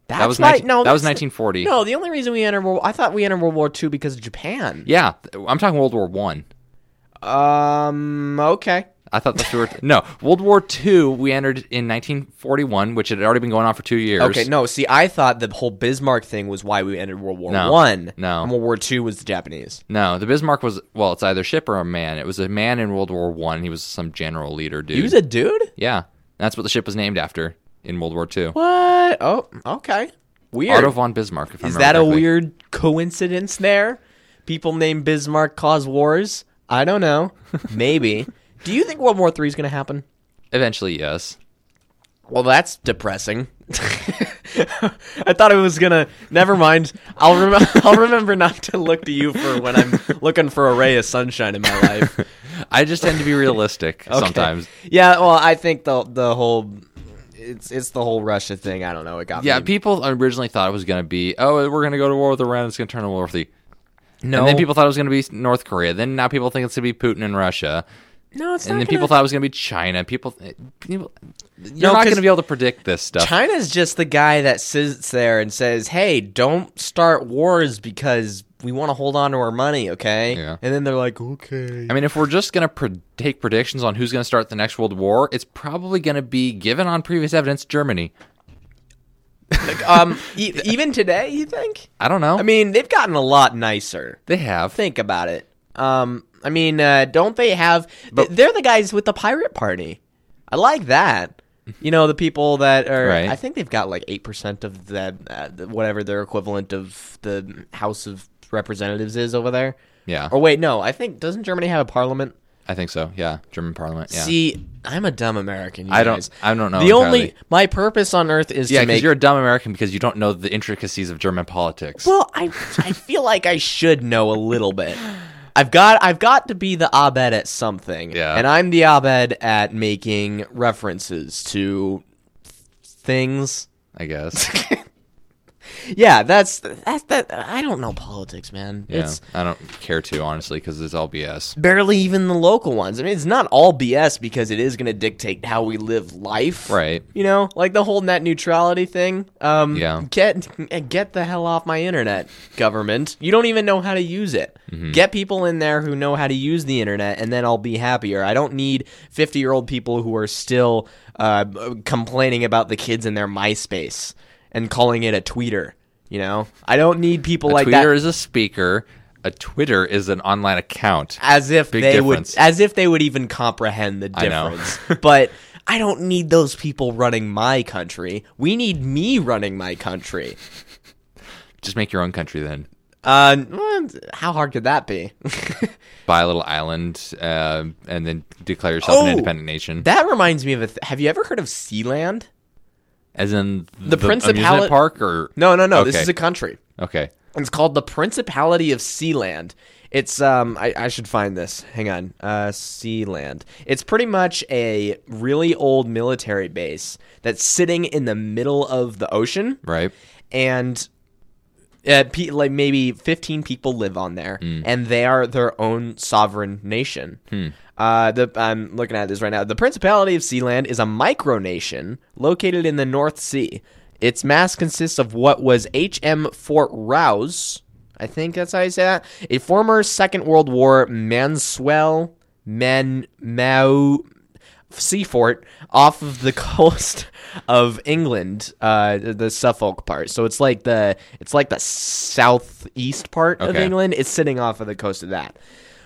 Speaker 4: That's
Speaker 5: that was
Speaker 4: why,
Speaker 5: 19
Speaker 4: no,
Speaker 5: that was
Speaker 4: that's-
Speaker 5: 1940.
Speaker 4: No, the only reason we entered World I thought we entered World War II because of Japan.
Speaker 5: Yeah, I'm talking World War One.
Speaker 4: Um okay.
Speaker 5: I. thought that's what we were. no, World War II. We entered in 1941, which had already been going on for two years.
Speaker 4: Okay, no, see I thought the whole Bismarck thing was why we entered World War
Speaker 5: No,
Speaker 4: One.
Speaker 5: no.
Speaker 4: And World War Two was the Japanese.
Speaker 5: no, the Bismarck was well. It's either ship or a man. It was a man in World War One. He was some general leader dude.
Speaker 4: He was a dude?
Speaker 5: yeah, that's what the ship was named after in World War II.
Speaker 4: What? Oh, okay. Weird.
Speaker 5: Otto von Bismarck. If I
Speaker 4: Is
Speaker 5: remember
Speaker 4: that a
Speaker 5: correctly.
Speaker 4: weird coincidence there? People named Bismarck cause wars? I don't know. Maybe. Do you think World War Three is gonna happen?
Speaker 5: Eventually, yes.
Speaker 4: Well, that's depressing. I thought it was gonna. Never mind. I'll remember. I'll remember not to look to you for when I'm looking for a ray of sunshine in my life. Okay.
Speaker 5: I just tend to be realistic sometimes.
Speaker 4: Yeah. Well, I think the the whole it's it's the whole Russia thing. I don't know. It got
Speaker 5: Yeah,
Speaker 4: Me.
Speaker 5: people originally thought it was going to be, oh, we're going to go to war with Iran. It's going to turn to World War Three.
Speaker 4: no.
Speaker 5: And then people thought it was going to be North Korea. Then now people think it's going to be Putin and Russia.
Speaker 4: No, it's
Speaker 5: and then
Speaker 4: not.
Speaker 5: people
Speaker 4: People
Speaker 5: thought it was going to be China. People, eh, people you're
Speaker 4: No,
Speaker 5: not
Speaker 4: 'cause
Speaker 5: going to be able to predict this stuff.
Speaker 4: China's just the guy that sits there and says, "Hey, don't start wars because we want to hold on to our money, okay?"
Speaker 5: Yeah.
Speaker 4: And then they're like, "Okay."
Speaker 5: I mean, if we're just going to pre- take predictions on who's going to start the next world war, it's probably going to be, given on previous evidence, Germany.
Speaker 4: um, e- even today, you think?
Speaker 5: I don't know.
Speaker 4: I mean, they've gotten a lot nicer.
Speaker 5: they have.
Speaker 4: Think about it. Um, I mean, uh, don't they have? th- they're the guys with the pirate party. I like that. You know, the people that are.
Speaker 5: Right.
Speaker 4: I think they've got like eight percent of the uh, the- whatever their equivalent of the House of Representatives is over there.
Speaker 5: Yeah.
Speaker 4: Or wait, no. I think doesn't Germany have a parliament?
Speaker 5: I think so. Yeah, German Parliament. Yeah.
Speaker 4: See, I'm a dumb American. you
Speaker 5: I don't-
Speaker 4: guys.
Speaker 5: I don't know
Speaker 4: The only
Speaker 5: entirely.
Speaker 4: my purpose on earth is
Speaker 5: yeah,
Speaker 4: to
Speaker 5: because
Speaker 4: make
Speaker 5: you're a dumb American because you don't know the intricacies of German politics.
Speaker 4: Well, I I feel like I should know a little bit. I've got I've got to be the abed at something.
Speaker 5: Yeah.
Speaker 4: And I'm the abed at making references to things.
Speaker 5: I guess.
Speaker 4: Yeah, that's that's that I don't know politics, man.
Speaker 5: yeah,
Speaker 4: It's
Speaker 5: I don't care to honestly because it's all BS.
Speaker 4: barely even the local ones. I mean, it's not all BS because it is going to dictate how we live life.
Speaker 5: Right.
Speaker 4: You know, like the whole net neutrality thing. Um,
Speaker 5: Yeah.
Speaker 4: Get get the hell off my internet, government. You don't even know how to use it.
Speaker 5: Mm-hmm.
Speaker 4: Get people in there who know how to use the internet, and then I'll be happier. I don't need fifty year old people who are still uh, complaining about the kids in their MySpace and calling it a tweeter. You know, I don't need people
Speaker 5: A
Speaker 4: like that
Speaker 5: Twitter is a speaker. A Twitter is an online account.
Speaker 4: as if
Speaker 5: Big
Speaker 4: they
Speaker 5: difference.
Speaker 4: would as if they would even comprehend the
Speaker 5: I know.
Speaker 4: difference but i don't need those people running my country we need me running my country
Speaker 5: Just make your own country then.
Speaker 4: uh well, how hard could that be
Speaker 5: Buy a little island uh, and then declare yourself
Speaker 4: Oh!
Speaker 5: an independent nation.
Speaker 4: that reminds me of a th- have you ever heard of sealand
Speaker 5: As in
Speaker 4: The Principali-
Speaker 5: amusement park or
Speaker 4: no no no this
Speaker 5: Okay.
Speaker 4: is a country
Speaker 5: okay.
Speaker 4: It's called the Principality of Sealand. It's um I, I should find this. Hang on. Uh Sealand. It's pretty much a really old military base that's sitting in the middle of the ocean
Speaker 5: Right.
Speaker 4: and uh, pe- like maybe 15 people live on there and they are their own sovereign nation uh, the, i'm looking at this right now the principality of sealand is a micronation located in the north sea its mass consists of what was hm fort rouse i think that's how you say that a former second world war manswell men mau seafort off of the coast of England, uh, the Suffolk part. So it's like the it's like the southeast part of
Speaker 5: Okay.
Speaker 4: England. It's sitting off of the coast of that.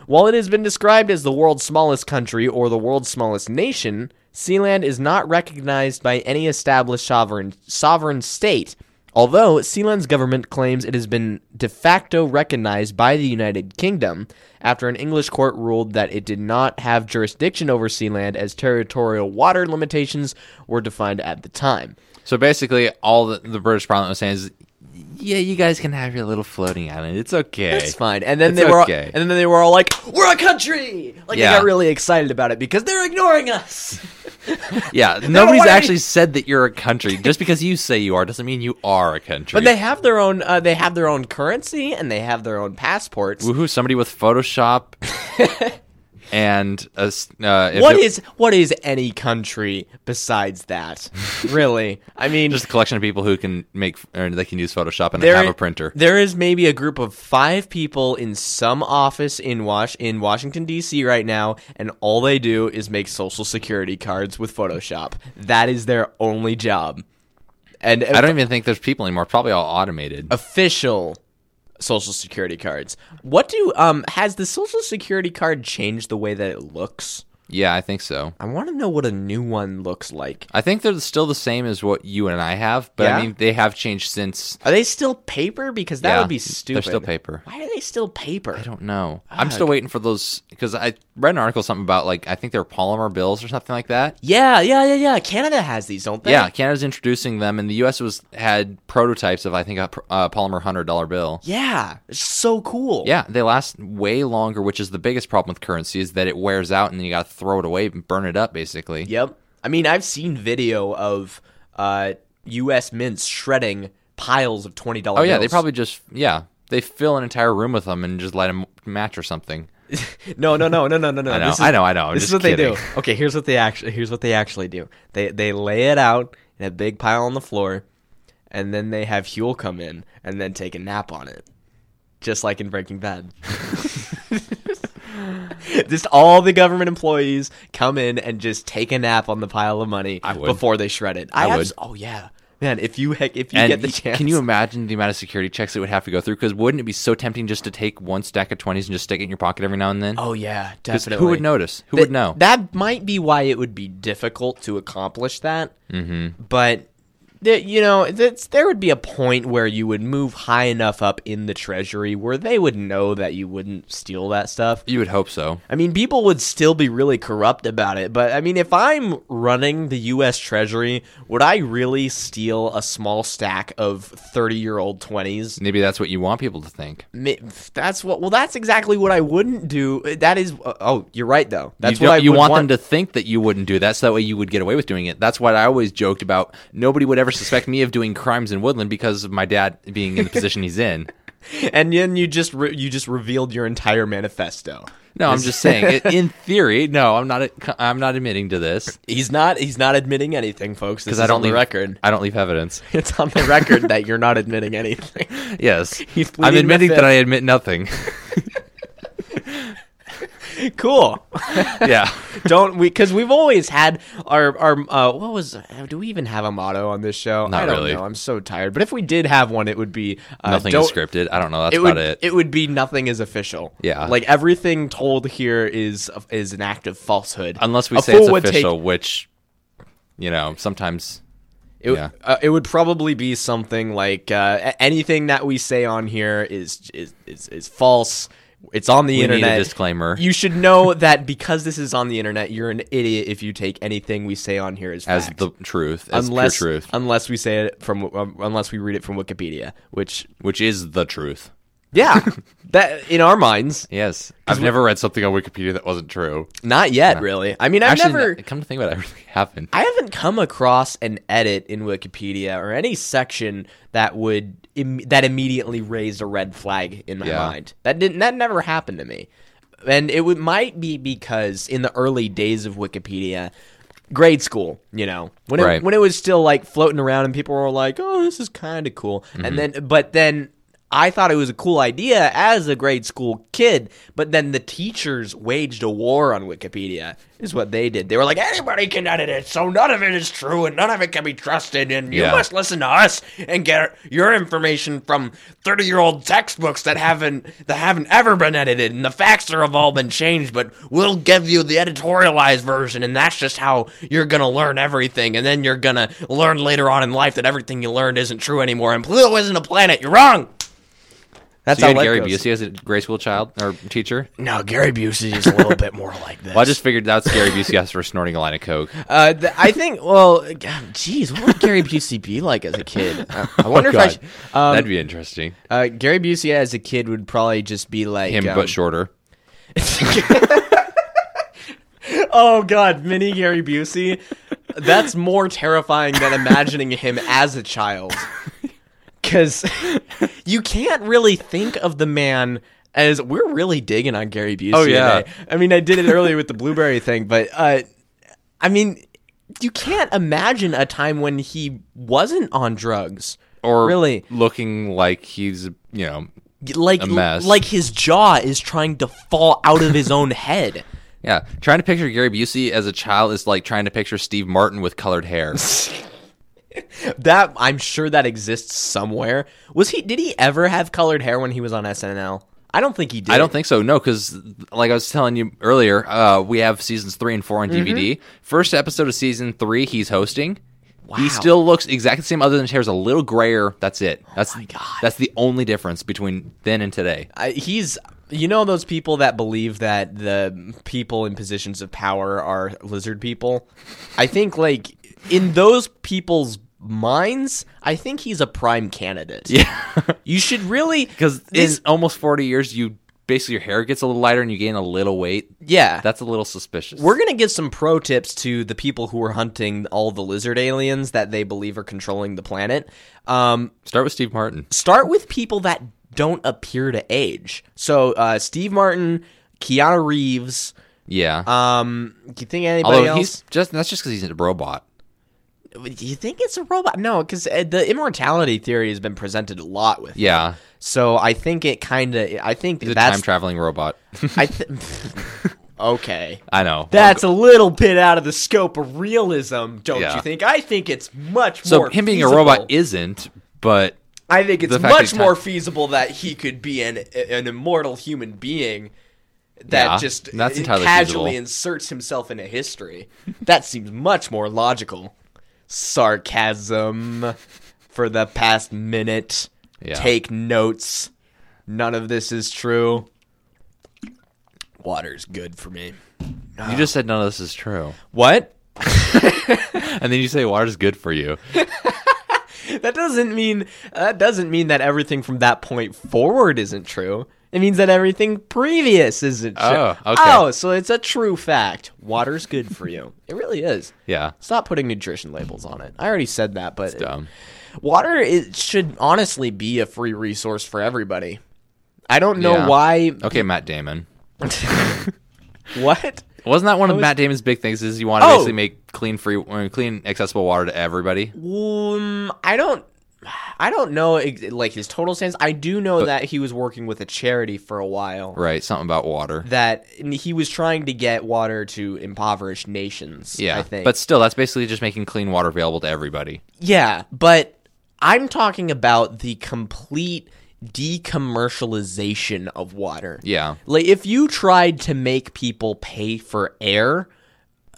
Speaker 4: While it has been described as the world's smallest country or the world's smallest nation, Sealand is not recognized by any established sovereign sovereign state. Although Sealand's government claims it has been de facto recognized by the United Kingdom after an English court ruled that it did not have jurisdiction over Sealand as territorial water limitations were defined at the time.
Speaker 5: So basically, all the, the British Parliament was saying is, yeah, you guys can have your little floating island. It's okay.
Speaker 4: That's fine. And then
Speaker 5: It's
Speaker 4: they were all,
Speaker 5: okay.
Speaker 4: and then they were all like, "We're a country!" Like
Speaker 5: Yeah.
Speaker 4: they got really excited about it because they're ignoring us.
Speaker 5: Yeah,
Speaker 4: don't
Speaker 5: nobody's
Speaker 4: want
Speaker 5: actually
Speaker 4: any-
Speaker 5: said that you're a country. Just because you say you are doesn't mean you are a country.
Speaker 4: But they have their own. Uh, they have their own currency and they have their own passports.
Speaker 5: woohoo! Somebody with Photoshop and a, s- uh, if
Speaker 4: What
Speaker 5: it-
Speaker 4: is what is any country besides that? really? I mean,
Speaker 5: just a collection of people who can make or they can use Photoshop and
Speaker 4: there
Speaker 5: have a printer.
Speaker 4: There is maybe a group of five people in some office in Wash in Washington D.C. right now, and all they do is make social security cards with Photoshop. That is their only job. And
Speaker 5: I don't even think there's people anymore. It's Probably all automated.
Speaker 4: official social security cards. What do um has the social security card changed the way that it looks?
Speaker 5: Yeah, I think so.
Speaker 4: I want to know what a new one looks like.
Speaker 5: I think they're still the same as what you and I have, but
Speaker 4: Yeah?
Speaker 5: I mean they have changed since.
Speaker 4: Are they still paper? Because that
Speaker 5: Yeah,
Speaker 4: would be
Speaker 5: they're
Speaker 4: stupid.
Speaker 5: still paper.
Speaker 4: Why are they still paper?
Speaker 5: I don't know. I'm still waiting for those because I read an article something about like I think they're polymer bills or something like that.
Speaker 4: Yeah, yeah, yeah, yeah. Canada has these, don't they?
Speaker 5: Yeah, Canada's introducing them, and the U.S. was had prototypes of I think a pr- uh, polymer hundred dollar bill.
Speaker 4: Yeah. It's so cool.
Speaker 5: Yeah, they last way longer, which is the biggest problem with currency is that it wears out, and then you got to throw it away and burn it up, basically.
Speaker 4: Yep. I mean, I've seen video of uh US mints shredding piles of $20
Speaker 5: Oh yeah, they probably just yeah they fill an entire room with them and just light a m- match or something.
Speaker 6: No, no, no, no, no, no, no.
Speaker 5: I know,
Speaker 6: This is,
Speaker 5: I know, I know. I'm
Speaker 6: this is
Speaker 5: just
Speaker 6: what they
Speaker 5: kidding.
Speaker 6: do. Okay, here's what they actually here's what they actually do. They they lay it out in a big pile on the floor, and then they have Huel come in and then take a nap on it, just like in Breaking Bad. just all the government employees come in and just take a nap on the pile of money
Speaker 5: I would.
Speaker 6: before they shred it. I,
Speaker 5: I would.
Speaker 6: abs- Oh yeah, man. If you heck, if you
Speaker 5: and
Speaker 6: get the
Speaker 5: y-
Speaker 6: chance,
Speaker 5: Can you imagine the amount of security checks it would have to go through? Because wouldn't it be so tempting just to take one stack of twenties and just stick it in your pocket every now and then?
Speaker 6: Oh yeah,
Speaker 5: 'Cause
Speaker 6: definitely.
Speaker 5: Who would notice? Who
Speaker 6: Th-
Speaker 5: would know?
Speaker 4: That might be why it would be difficult to accomplish that. Mm-hmm. But th- you know, that's, there would be a point where you would move high enough up in the treasury where they would know that you wouldn't steal that stuff.
Speaker 5: you would hope so.
Speaker 4: I mean, people would still be really corrupt about it, but I mean, if I'm running the U.S. Treasury, would I really steal a small stack of 30 year old 20s?
Speaker 5: Maybe that's what you want people to think.
Speaker 4: Mi- That's what, well, that's exactly what I wouldn't do. That is, oh, you're right, though. That's
Speaker 5: you
Speaker 4: what I
Speaker 5: don't- you
Speaker 4: would
Speaker 5: want, them to think that you wouldn't do that, so that way you would get away with doing it. That's what I always joked about. Nobody would ever suspect me of doing crimes in Woodland because of my dad being in the position he's in.
Speaker 4: and then you just re- you just revealed your entire manifesto.
Speaker 5: No, I'm just saying. i- In theory, no, I'm not. I'm not admitting to this
Speaker 4: He's not he's not admitting anything, folks. This
Speaker 5: because
Speaker 4: is
Speaker 5: I don't
Speaker 4: on the
Speaker 5: leave
Speaker 4: record.
Speaker 5: I don't leave evidence.
Speaker 4: It's on the record that you're not admitting anything.
Speaker 5: Yes,
Speaker 4: He's
Speaker 5: I'm
Speaker 4: pleading the
Speaker 5: admitting
Speaker 4: fifth.
Speaker 5: that I admit nothing.
Speaker 4: Cool.
Speaker 5: yeah,
Speaker 4: Don't we? Because we've always had our our uh, what was? Do we even have a motto on this show?
Speaker 5: Not
Speaker 4: I don't
Speaker 5: really.
Speaker 4: know. I'm so tired. But if we did have one, it would be uh,
Speaker 5: nothing
Speaker 4: don't-
Speaker 5: is scripted. I don't know. That's
Speaker 4: It
Speaker 5: about
Speaker 4: would
Speaker 5: it.
Speaker 4: would be nothing is official.
Speaker 5: Yeah.
Speaker 4: like everything told here is is an act of falsehood.
Speaker 5: Unless we
Speaker 4: A
Speaker 5: say it's
Speaker 4: fool would take-
Speaker 5: official, which you know sometimes.
Speaker 4: It,
Speaker 5: Yeah.
Speaker 4: uh, it would probably be something like uh, a- anything that we say on here is is is, is false. It's on the
Speaker 5: need a
Speaker 4: internet.
Speaker 5: disclaimer.
Speaker 4: You should know that because this is on the internet, you're an idiot if you take anything we say on here as
Speaker 5: As
Speaker 4: fact.
Speaker 5: the truth, as
Speaker 4: unless
Speaker 5: pure truth,
Speaker 4: unless we say it from um, unless we read it from Wikipedia, which
Speaker 5: which is the truth.
Speaker 4: yeah, that in our minds,
Speaker 5: Yes, I've never read something on Wikipedia that wasn't true.
Speaker 4: not yet really. I mean, I've
Speaker 5: Actually,
Speaker 4: never.
Speaker 5: no, come to think about it, I really haven't.
Speaker 4: I haven't come across an edit in Wikipedia or any section that would Im- that immediately raised a red flag in my
Speaker 5: Yeah.
Speaker 4: mind. That didn't that never happened to me. And it would might be because in the early days of Wikipedia, grade school, you know, when it,
Speaker 5: Right.
Speaker 4: when it was still like floating around and people were like, "Oh, this is kind of cool." And then but then I thought it was a cool idea as a grade school kid, but then the teachers waged a war on Wikipedia. Is what they did. They were like, "Anybody can edit it, so none of it is true and none of it can be trusted and you
Speaker 5: Yeah.
Speaker 4: must listen to us and get your information from 30-year-old textbooks that haven't that haven't ever been edited and the facts are have all been changed, but we'll give you the editorialized version and that's just how you're going to learn everything and then you're going to learn later on in life that everything you learned isn't true anymore and Pluto isn't a planet. You're wrong." That's
Speaker 5: So you
Speaker 4: how
Speaker 5: had Gary
Speaker 4: life goes.
Speaker 5: Busey as a grade school child or teacher.
Speaker 4: No, Gary Busey is a little bit more like this.
Speaker 5: Well, I just figured that's Gary Busey as for snorting a line of coke.
Speaker 4: Uh, th- I think. Well, jeez, what would Gary Busey be like as a kid? I, I wonder
Speaker 5: Oh,
Speaker 4: if I.
Speaker 5: God.
Speaker 4: Should, um,
Speaker 5: That'd be interesting.
Speaker 4: uh, Gary Busey as a kid would probably just be like
Speaker 5: Him,
Speaker 4: um,
Speaker 5: but shorter.
Speaker 4: Oh God, mini Gary Busey. That's more terrifying than imagining him as a child, because you can't really think of the man as we're really digging on Gary Busey.
Speaker 5: Oh, yeah.
Speaker 4: today. I mean, I did it earlier with the blueberry thing, but uh, I mean, you can't imagine a time when he wasn't on drugs
Speaker 5: or
Speaker 4: really
Speaker 5: looking like he's you know
Speaker 4: like
Speaker 5: a mess.
Speaker 4: like his jaw is trying to fall out of his own head.
Speaker 5: yeah trying to picture gary busey as a child is like trying to picture steve martin with colored hair
Speaker 4: That I'm sure that exists somewhere. Was he? Did he ever have colored hair when he was on SNL? I don't think he did.
Speaker 5: i don't think so no because like i was telling you earlier uh, we have seasons three and four on
Speaker 4: Mm-hmm.
Speaker 5: dvd first episode of season three he's hosting
Speaker 4: Wow.
Speaker 5: he still looks exactly the same other than his hair's a little grayer that's it that's
Speaker 4: Oh my God.
Speaker 5: that's the only difference between then and today
Speaker 4: I, he's. You know those people that believe that the people in positions of power are lizard people. I think like in those people's minds, I think he's a prime candidate.
Speaker 5: yeah
Speaker 4: You should really
Speaker 5: because in
Speaker 4: this-
Speaker 5: almost 40 years you basically your hair gets a little lighter and you gain a little weight
Speaker 4: yeah.
Speaker 5: that's a little suspicious
Speaker 4: We're gonna give some pro tips to the people who are hunting all the lizard aliens that they believe are controlling the planet. Um,
Speaker 5: start with steve martin
Speaker 4: start with people that don't appear to age. So uh, Steve Martin, Keanu Reeves.
Speaker 5: Yeah.
Speaker 4: Um, do you think anybody
Speaker 5: Although
Speaker 4: else?
Speaker 5: he's just that's just because he's a robot.
Speaker 4: Do you think it's a robot? No, because the immortality theory has been presented a lot with. it.
Speaker 5: Yeah,
Speaker 4: So I think it kind of. I think
Speaker 5: he's a
Speaker 4: that's.
Speaker 5: time traveling robot.
Speaker 4: I th- okay.
Speaker 5: I know.
Speaker 4: That's a little bit out of the scope of realism, don't
Speaker 5: Yeah.
Speaker 4: you think? I think it's much
Speaker 5: so
Speaker 4: more.
Speaker 5: him being
Speaker 4: feasible.
Speaker 5: a robot isn't, but
Speaker 4: I think it's
Speaker 5: the fact that
Speaker 4: much
Speaker 5: he's
Speaker 4: more
Speaker 5: time-
Speaker 4: feasible that he could be an an immortal human being that
Speaker 5: Yeah,
Speaker 4: just
Speaker 5: that's entirely
Speaker 4: casually
Speaker 5: feasible.
Speaker 4: inserts himself into history. that seems much more logical. Sarcasm for the past minute.
Speaker 5: Yeah.
Speaker 4: Take notes. None of this is true. Water's good for me.
Speaker 5: you just said none of this is true,
Speaker 4: What?
Speaker 5: and then you say water's good for you.
Speaker 4: That doesn't mean that doesn't mean that everything from that point forward isn't true. It means that everything previous isn't true.
Speaker 5: Oh, okay.
Speaker 4: Oh, so it's a true fact. Water's good for you. It really is.
Speaker 5: Yeah,
Speaker 4: Stop putting nutrition labels on it. I already said that, but
Speaker 5: dumb.
Speaker 4: water it should honestly be a free resource for everybody. I don't know
Speaker 5: Yeah.
Speaker 4: why
Speaker 5: Okay, Matt Damon.
Speaker 4: what?
Speaker 5: Wasn't that one of Matt Damon's big things? Is he wanted to
Speaker 4: Oh.
Speaker 5: basically make clean, free, uh, clean, accessible water to everybody?
Speaker 4: Um, I don't. I don't know ex- like his total stance. I do know that he was working with a charity for a while.
Speaker 5: Right. Something about water.
Speaker 4: that he was trying to get water to impoverished nations.
Speaker 5: Yeah,
Speaker 4: I think.
Speaker 5: but still, that's basically just making clean water available to everybody.
Speaker 4: yeah, but I'm talking about the complete decommercialization of water.
Speaker 5: Yeah.
Speaker 4: like if you tried to make people pay for air,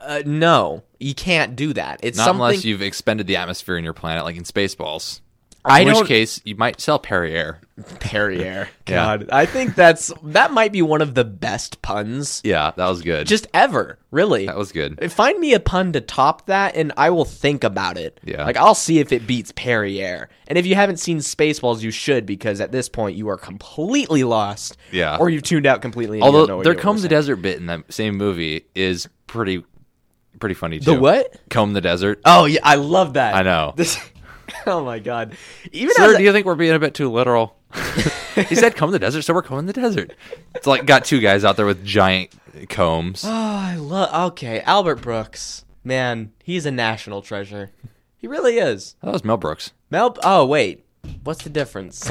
Speaker 4: uh, no, you can't do that. It's
Speaker 5: Not
Speaker 4: something
Speaker 5: unless you've expended the atmosphere in your planet, like in Spaceballs.
Speaker 4: I
Speaker 5: in
Speaker 4: don't
Speaker 5: which case, you might sell Perrier.
Speaker 4: Perrier.
Speaker 5: Yeah.
Speaker 4: God, I think that's that might be one of the best puns
Speaker 5: Yeah, that was good.
Speaker 4: just ever. Really,
Speaker 5: that was good.
Speaker 4: Find me a pun to top that, and I will think about it.
Speaker 5: Yeah.
Speaker 4: Like I'll see if it beats Perrier. And if you haven't seen Spaceballs, you should because at this point you are completely lost.
Speaker 5: Yeah.
Speaker 4: Or you've tuned out completely. And you don't know
Speaker 5: Although
Speaker 4: what
Speaker 5: there
Speaker 4: you were
Speaker 5: comes a
Speaker 4: saying.
Speaker 5: desert bit in that same movie is pretty, pretty funny too.
Speaker 4: The what?
Speaker 5: Comb the desert.
Speaker 4: Oh yeah, I love that.
Speaker 5: I know.
Speaker 4: This. oh my god. Even as
Speaker 5: Sir,
Speaker 4: a-
Speaker 5: do you think we're being a bit too literal? he said, "Comb the desert," so we're combing the desert. It's like got two guys out there with giant combs.
Speaker 4: Oh, I love. Okay, Albert Brooks. Man, he's a national treasure. He really is.
Speaker 5: That was Mel Brooks.
Speaker 4: Mel. Oh wait, what's the difference?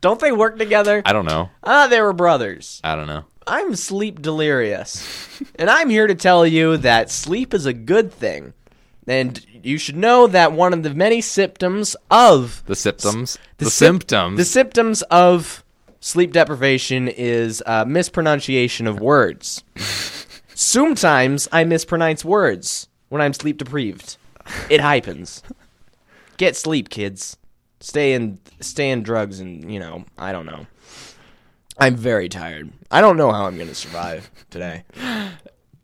Speaker 4: don't they work together?
Speaker 5: I don't know.
Speaker 4: Ah, they were brothers.
Speaker 5: I don't know.
Speaker 4: I'm sleep delirious, and I'm here to tell you that sleep is a good thing. And you should know that one of the many symptoms of
Speaker 5: The symptoms. The,
Speaker 4: the symp-
Speaker 5: symptoms.
Speaker 4: the symptoms of sleep deprivation is uh, mispronunciation of words. Sometimes I mispronounce words when I'm sleep deprived. It happens. Get sleep, kids. Stay in, stay in drugs, and you know I don't know. I'm very tired. I don't know how I'm gonna survive today.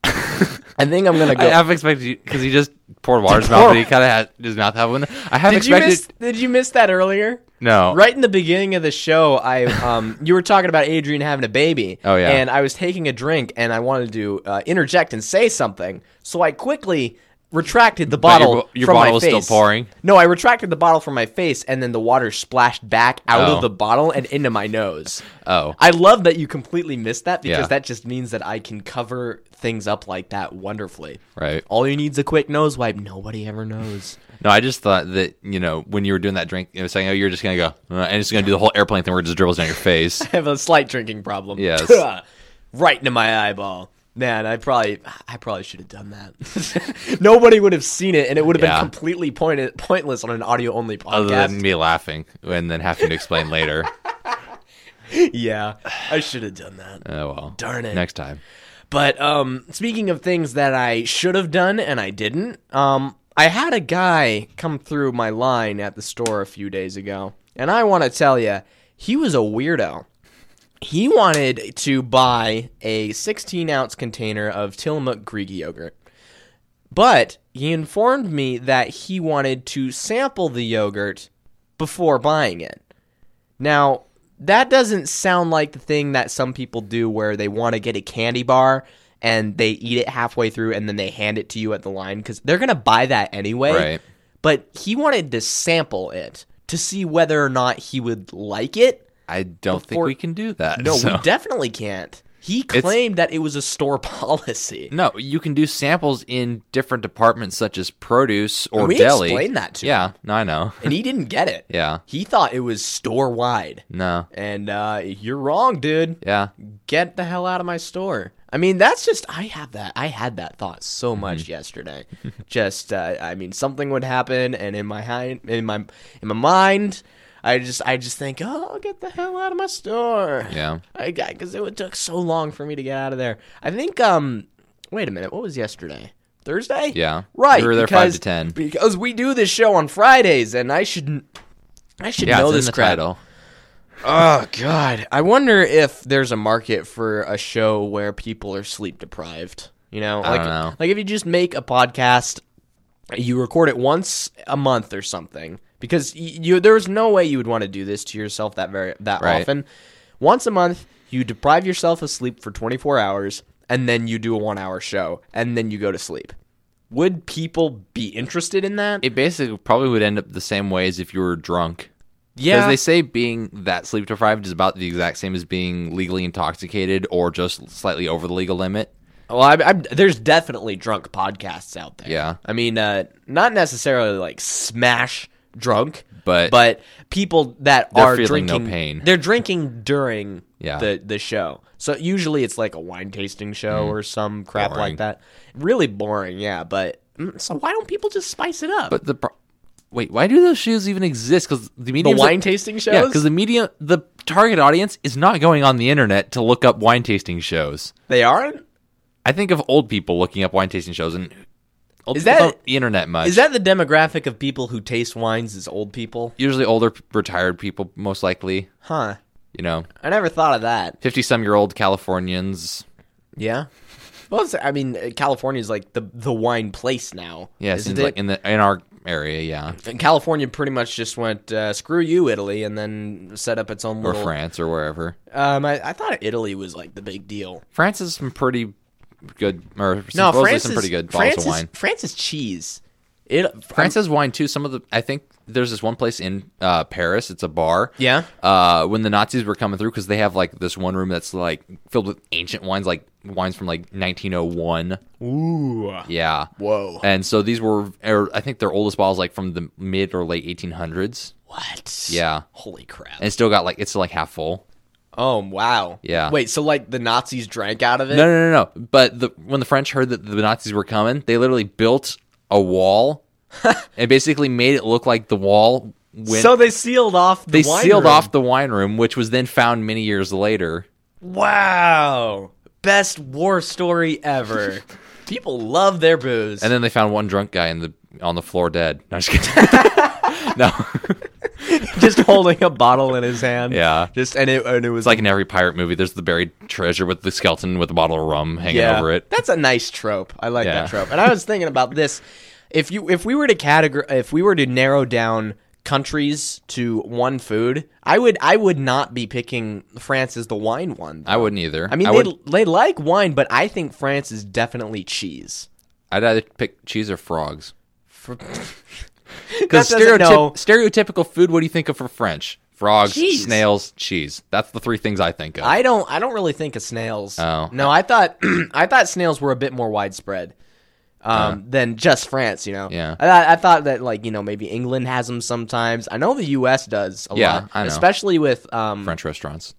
Speaker 4: I think I'm gonna go.
Speaker 5: I have expected you because he just poured water in his mouth, but he kind of had his mouth have one. I have
Speaker 4: did you
Speaker 5: expected
Speaker 4: miss? Did you miss that earlier?
Speaker 5: no
Speaker 4: right in the beginning of the show, I um, you were talking about Adrian having a baby.
Speaker 5: Oh, yeah.
Speaker 4: and I was taking a drink, and I wanted to uh, interject and say something, so I quickly retracted the
Speaker 5: But your
Speaker 4: bottle.
Speaker 5: bo- your
Speaker 4: from
Speaker 5: bottle
Speaker 4: my
Speaker 5: was still
Speaker 4: face.
Speaker 5: pouring?
Speaker 4: No, I retracted the bottle from my face, and then the water splashed back out
Speaker 5: Oh.
Speaker 4: of the bottle and into my nose.
Speaker 5: Oh.
Speaker 4: I love that you completely missed that because
Speaker 5: Yeah.
Speaker 4: that just means that I can cover things up like that wonderfully.
Speaker 5: Right.
Speaker 4: All you need's a quick nose wipe. Nobody ever knows.
Speaker 5: No, I just thought that you know when you were doing that drink, it was saying, "Oh, you're just gonna go uh, and it's gonna do the whole airplane thing where it just dribbles down your face."
Speaker 4: I have a slight drinking problem.
Speaker 5: Yes.
Speaker 4: right into my eyeball. Man, I probably I probably should have done that. Nobody would have seen it and it would have
Speaker 5: Yeah.
Speaker 4: been completely point- pointless on an audio only
Speaker 5: Other
Speaker 4: podcast.
Speaker 5: than me laughing and then having to explain later.
Speaker 4: yeah. I should have done that.
Speaker 5: Oh well,
Speaker 4: Darn it.
Speaker 5: Next time,
Speaker 4: But um speaking of things that I should have done and I didn't, um I had a guy come through my line at the store a few days ago. And I want to tell you, he was a weirdo. He wanted to buy a 16 ounce container of Tillamook Greek yogurt. But he informed me that he wanted to sample the yogurt before buying it. Now, that doesn't sound like the thing that some people do where they want to get a candy bar and they eat it halfway through and then they hand it to you at the line because they're going to buy that anyway.
Speaker 5: Right.
Speaker 4: But he wanted to sample it to see whether or not he would like it.
Speaker 5: I don't think
Speaker 4: Before-
Speaker 5: we can do that.
Speaker 4: No,
Speaker 5: so.
Speaker 4: we definitely can't. He claimed that it was a store policy.
Speaker 5: No, you can do samples in different departments such as produce or
Speaker 4: we
Speaker 5: deli.
Speaker 4: explained that to
Speaker 5: Yeah, no, I know.
Speaker 4: And he didn't get it.
Speaker 5: Yeah.
Speaker 4: He thought it was store wide.
Speaker 5: No.
Speaker 4: And uh, you're wrong, dude.
Speaker 5: Yeah.
Speaker 4: Get the hell out of my store. I mean, that's just I have that I had that thought so
Speaker 5: Mm-hmm.
Speaker 4: much yesterday. just uh, I mean, something would happen, and in my hind, in my in my mind, I just I just think, oh, get the hell out of my store.
Speaker 5: Yeah.
Speaker 4: I got because it took so long for me to get out of there. I think. Um, wait a minute. What was yesterday? Thursday.
Speaker 5: Yeah.
Speaker 4: Right.
Speaker 5: We were there
Speaker 4: because,
Speaker 5: five to 10.
Speaker 4: Because we do this show on Fridays, and I should I should
Speaker 5: Yeah,
Speaker 4: know
Speaker 5: it's in
Speaker 4: this
Speaker 5: the
Speaker 4: crap.
Speaker 5: title.
Speaker 4: Oh God. I wonder if there's a market for a show where people are sleep deprived. You know, like
Speaker 5: don't know.
Speaker 4: like if you just make a podcast, you record it once a month or something. Because y- you there's no way you would want to do this to yourself that very that
Speaker 5: Right.
Speaker 4: often. Once a month, you deprive yourself of sleep for 24 hours, and then you do a one hour show, and then you go to sleep. Would people be interested in that?
Speaker 5: It basically probably would end up the same way as if you were drunk. Because they say being that sleep deprived is about the exact same as being legally intoxicated or just slightly over the legal limit.
Speaker 4: Well, I, I'm, there's definitely drunk podcasts out there.
Speaker 5: Yeah.
Speaker 4: I mean, uh, not necessarily like smash drunk,
Speaker 5: But-
Speaker 4: but people that
Speaker 5: They're
Speaker 4: are
Speaker 5: feeling no
Speaker 4: drinking,
Speaker 5: pain.
Speaker 4: They're drinking during
Speaker 5: Yeah.
Speaker 4: the the show. So usually it's like a wine tasting show or some crap
Speaker 5: Mm. Boring.
Speaker 4: like that. Really boring, yeah. But mm, so why don't people just spice it up?
Speaker 5: But the pro- wait, why do those shoes even exist? Because the
Speaker 4: the
Speaker 5: medium
Speaker 4: wine tasting shows.
Speaker 5: Yeah, because the medium, the target audience is not going on the internet to look up wine tasting shows.
Speaker 4: they aren't.
Speaker 5: I think of old people looking up wine tasting shows, and old
Speaker 4: Is
Speaker 5: people
Speaker 4: that-
Speaker 5: don't the internet much.
Speaker 4: Is that the demographic of people who taste wines? Is old people?
Speaker 5: usually older p- retired people, most likely?
Speaker 4: Huh.
Speaker 5: You know,
Speaker 4: I never thought of that.
Speaker 5: fifty-some-year-old Californians.
Speaker 4: Yeah. Well, it's, I mean, California is like the the wine place now.
Speaker 5: Yeah, it
Speaker 4: isn't
Speaker 5: seems
Speaker 4: it?
Speaker 5: like in the in our area, yeah,
Speaker 4: And California pretty much just went uh, screw you, Italy, and then set up its own
Speaker 5: or
Speaker 4: little.
Speaker 5: France or wherever.
Speaker 4: Um, I, I thought Italy was like the big deal.
Speaker 5: France has some pretty good, or
Speaker 4: No,
Speaker 5: supposedly
Speaker 4: France
Speaker 5: some
Speaker 4: is
Speaker 5: pretty good bottles
Speaker 4: France
Speaker 5: of
Speaker 4: is,
Speaker 5: wine.
Speaker 4: France is cheese. It
Speaker 5: France has wine too. Some of the, I think there's this one place in uh, Paris. It's a bar.
Speaker 4: Yeah.
Speaker 5: Uh, when the Nazis were coming through, because they have like this one room that's like filled with ancient wines, like wines from like 1901. Ooh. Yeah.
Speaker 4: Whoa.
Speaker 5: And so these were, or I think their oldest bottles like from the mid or late 1800s,
Speaker 4: what?
Speaker 5: Yeah.
Speaker 4: Holy crap!
Speaker 5: and it still got like it's still like half full.
Speaker 4: oh wow.
Speaker 5: Yeah.
Speaker 4: Wait, so like the Nazis drank out of it?
Speaker 5: No, no, no, no. But the, when the French heard that the Nazis were coming, they literally built a wall and basically made it look like the wall. Went
Speaker 4: so they sealed off. The
Speaker 5: they
Speaker 4: wine
Speaker 5: sealed
Speaker 4: room.
Speaker 5: off the wine room, which was then found many years later.
Speaker 4: Wow. Best war story ever. People love their booze.
Speaker 5: And then they found one drunk guy in the on the floor dead. No, I'm just kidding. no,
Speaker 4: just holding a bottle in his hand.
Speaker 5: Yeah.
Speaker 4: Just and it and it was
Speaker 5: it's like in every pirate movie. There's the buried treasure with the skeleton with a bottle of rum hanging over it.
Speaker 4: That's a nice trope. I like
Speaker 5: Yeah.
Speaker 4: that trope. And I was thinking about this. If you if we were to categor if we were to narrow down countries to one food, I would I would not be picking France as the wine one.
Speaker 5: I wouldn't either.
Speaker 4: I mean
Speaker 5: I
Speaker 4: they
Speaker 5: would.
Speaker 4: they like wine, but I think France is definitely cheese.
Speaker 5: I'd either pick cheese or frogs.
Speaker 4: For,
Speaker 5: Because
Speaker 4: That doesn't know.
Speaker 5: stereotypical food. What do you think of for French? Frogs,
Speaker 4: Cheese.
Speaker 5: snails, cheese. That's the three things I think of.
Speaker 4: I don't I don't really think of snails.
Speaker 5: Oh.
Speaker 4: No, I thought I thought snails were a bit more widespread. Um, than just France, you know.
Speaker 5: Yeah.
Speaker 4: I thought, I thought that like you know maybe England has them sometimes. I know the U.S. does a
Speaker 5: Yeah,
Speaker 4: lot,
Speaker 5: I know.
Speaker 4: especially with um,
Speaker 5: French restaurants,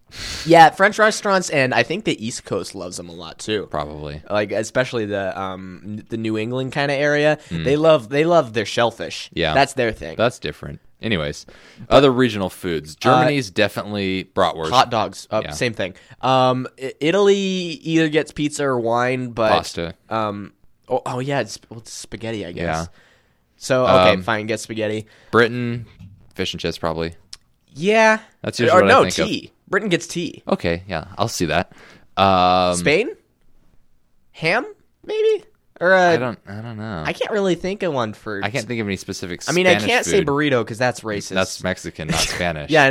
Speaker 4: yeah French restaurants, and I think the East Coast loves them a lot too.
Speaker 5: probably.
Speaker 4: Like especially the um n- the New England kind of area, they love they love their shellfish.
Speaker 5: Hmm. Yeah.
Speaker 4: that's their thing.
Speaker 5: That's different. Anyways, other regional foods. Germany's definitely bratwurst.
Speaker 4: Uh, Hot dogs, uh,
Speaker 5: Yeah.
Speaker 4: same thing. Um, I- Italy either gets pizza or wine, but
Speaker 5: Pasta.
Speaker 4: Um, oh, oh yeah, it's, well, it's spaghetti, I guess.
Speaker 5: Yeah.
Speaker 4: So okay,
Speaker 5: Um,
Speaker 4: fine, get spaghetti.
Speaker 5: Britain, fish and chips probably.
Speaker 4: Yeah,
Speaker 5: That's
Speaker 4: Or-
Speaker 5: usually
Speaker 4: or
Speaker 5: what I
Speaker 4: no
Speaker 5: think of. Mm.
Speaker 4: tea. Britain gets tea.
Speaker 5: Okay, yeah, I'll see that. Um,
Speaker 4: Spain, ham, maybe. Or
Speaker 5: I
Speaker 4: I
Speaker 5: don't. I don't know.
Speaker 4: I can't really think of one for.
Speaker 5: I can't think of any specific.
Speaker 4: I mean, I
Speaker 5: Spanish
Speaker 4: can't say
Speaker 5: food.
Speaker 4: burrito because that's racist.
Speaker 5: That's Mexican, not Spanish.
Speaker 4: yeah, I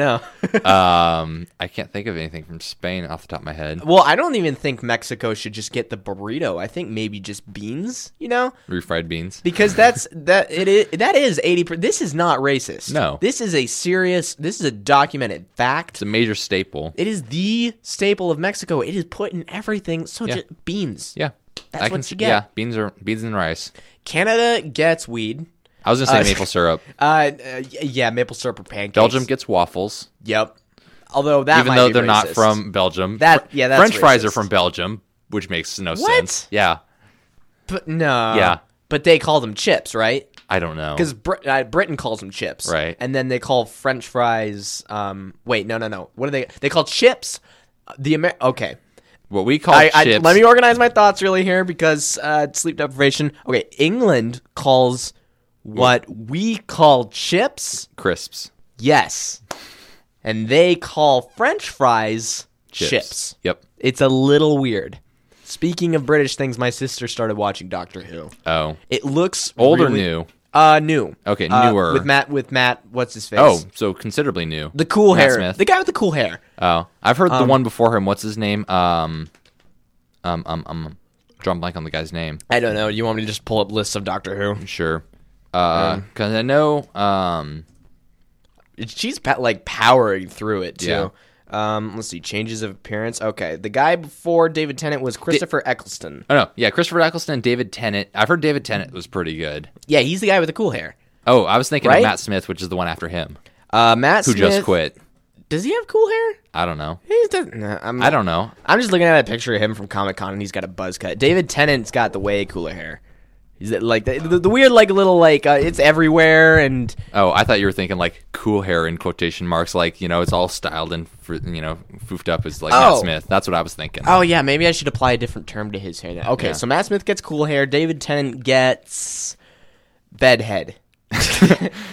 Speaker 4: know.
Speaker 5: Um, I can't think of anything from Spain off the top of my head.
Speaker 4: well, I don't even think Mexico should just get the burrito. I think maybe just beans. You know,
Speaker 5: Refried beans.
Speaker 4: because that's that it is that is 80 per, this is not racist
Speaker 5: No.
Speaker 4: this is a serious this is a documented fact
Speaker 5: It's a major staple.
Speaker 4: it is the staple of mexico it is put in everything so
Speaker 5: Yeah.
Speaker 4: just beans
Speaker 5: Yeah.
Speaker 4: That's
Speaker 5: I can
Speaker 4: what
Speaker 5: s-
Speaker 4: you get.
Speaker 5: Yeah, beans are beans and rice.
Speaker 4: canada gets weed
Speaker 5: I was gonna say
Speaker 4: Uh,
Speaker 5: maple syrup.
Speaker 4: uh, uh y- yeah maple syrup or pancakes
Speaker 5: Belgium gets waffles,
Speaker 4: yep although that
Speaker 5: even
Speaker 4: might
Speaker 5: though
Speaker 4: be
Speaker 5: they're not
Speaker 4: racist.
Speaker 5: from Belgium.
Speaker 4: That-
Speaker 5: Fr-
Speaker 4: yeah, that's
Speaker 5: French fries are
Speaker 4: racist.
Speaker 5: from Belgium, which makes no
Speaker 4: What?
Speaker 5: sense. Yeah,
Speaker 4: but no
Speaker 5: Yeah.
Speaker 4: but they call them chips right
Speaker 5: I don't know.
Speaker 4: because Brit- uh, Britain calls them chips,
Speaker 5: Right.
Speaker 4: And then they call French fries. Um, wait, no, no, no. What are they? They call chips. uh, The Amer- okay.
Speaker 5: what we call
Speaker 4: I, I,
Speaker 5: chips.
Speaker 4: let me organize my thoughts really here because uh, sleep deprivation. Okay, England calls what we call chips.
Speaker 5: crisps.
Speaker 4: Yes, and they call French fries chips.
Speaker 5: Yep.
Speaker 4: It's a little weird. Speaking of British things, my sister started watching Doctor Who.
Speaker 5: Oh,
Speaker 4: It looks
Speaker 5: old or
Speaker 4: really-
Speaker 5: new?
Speaker 4: Uh, new.
Speaker 5: Okay,
Speaker 4: Uh,
Speaker 5: newer.
Speaker 4: with Matt. With Matt. What's his face?
Speaker 5: Oh, so considerably new.
Speaker 4: the Um, cool
Speaker 5: Matt
Speaker 4: hair.
Speaker 5: Smith.
Speaker 4: The guy with the cool hair.
Speaker 5: Oh, I've heard the one before him. What's his name? Um, um, um, um. Drum blank on the guy's name.
Speaker 4: I don't know. You want me to just pull up lists of Doctor Who?
Speaker 5: Sure. Uh, because I know. Um,
Speaker 4: She's pa- like powering through it too.
Speaker 5: Yeah.
Speaker 4: Um, let's see. Changes of appearance. Okay, the guy before David Tennant was Christopher Eccleston.
Speaker 5: oh no, yeah, Christopher Eccleston, and David Tennant. I've heard David Tennant was pretty good.
Speaker 4: Yeah, he's the guy with the cool hair.
Speaker 5: Oh, I was thinking
Speaker 4: Right?
Speaker 5: of Matt Smith, which is the one after him,
Speaker 4: Uh, Matt
Speaker 5: who just
Speaker 4: Smith-
Speaker 5: quit.
Speaker 4: Does he have cool hair?
Speaker 5: I don't know.
Speaker 4: He doesn't. Nah, I'm,
Speaker 5: I don't know.
Speaker 4: I'm just looking at a picture of him from Comic Con, and he's got a buzz cut. David Tennant's got the way cooler hair. He's like the, the, the weird, like little, like uh, it's everywhere, and
Speaker 5: Oh, I thought you were thinking like cool hair in quotation marks, like you know, it's all styled and fr- you know, foofed up as like
Speaker 4: Oh.
Speaker 5: Matt Smith. That's what I was thinking.
Speaker 4: Oh yeah, maybe I should apply a different term to his hair. Then. Okay,
Speaker 5: Yeah.
Speaker 4: so Matt Smith gets cool hair. David Tennant gets bedhead.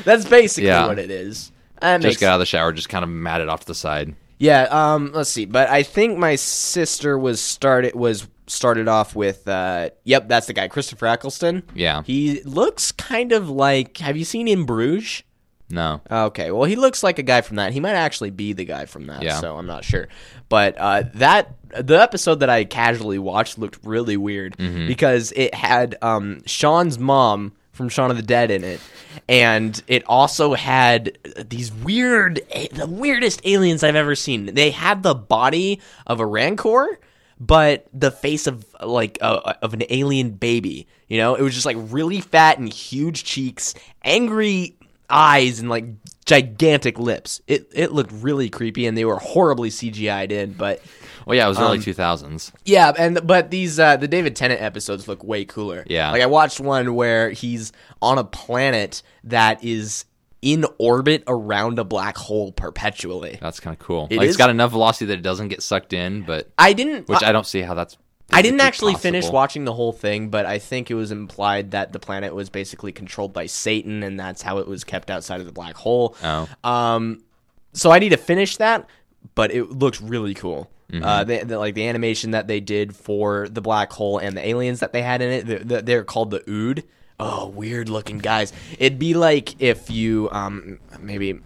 Speaker 4: That's basically
Speaker 5: Yeah.
Speaker 4: what it is. That
Speaker 5: just
Speaker 4: makes,
Speaker 5: got out of the shower, just kind of matted off to the side.
Speaker 4: yeah. Um. Let's see. But I think my sister was started was started off with. Uh, yep, that's the guy, Christopher Eccleston.
Speaker 5: Yeah.
Speaker 4: He looks kind of like. Have you seen In Bruges?
Speaker 5: No,
Speaker 4: Okay, well, he looks like a guy from that. He might actually be the guy from that,
Speaker 5: Yeah.
Speaker 4: so I'm not sure. But uh, that the episode that I casually watched looked really weird because it had um, Sean's mom from Shaun of the Dead in it, and it also had these weird, eh, the weirdest aliens I've ever seen. They had the body of a rancor, but the face of like uh, of an alien baby. You know, it was just like really fat and huge cheeks, angry eyes, and like gigantic lips. It it looked really creepy, and they were horribly CGI'd in. But
Speaker 5: well, yeah, it was
Speaker 4: Um,
Speaker 5: early two thousands.
Speaker 4: yeah, and but these uh, the David Tennant episodes look way cooler.
Speaker 5: Yeah.
Speaker 4: like I watched one where he's on a planet that is in orbit around a black hole perpetually.
Speaker 5: That's kind of cool.
Speaker 4: It
Speaker 5: like,
Speaker 4: is-
Speaker 5: it's got enough velocity that it doesn't get sucked in, but
Speaker 4: I didn't.
Speaker 5: which
Speaker 4: I-
Speaker 5: I, don't see how that's.
Speaker 4: I didn't actually
Speaker 5: possible.
Speaker 4: finish watching the whole thing, but I think it was implied that the planet was basically controlled by Satan, and that's how it was kept outside of the black hole.
Speaker 5: Oh,
Speaker 4: Um, so I need to finish that, but it looks really cool. Uh, they, the- like the animation that they did for the black hole and the aliens that they had in it, the, the, they're called the Ood. Oh, weird looking guys. It'd be like if you, um, maybe,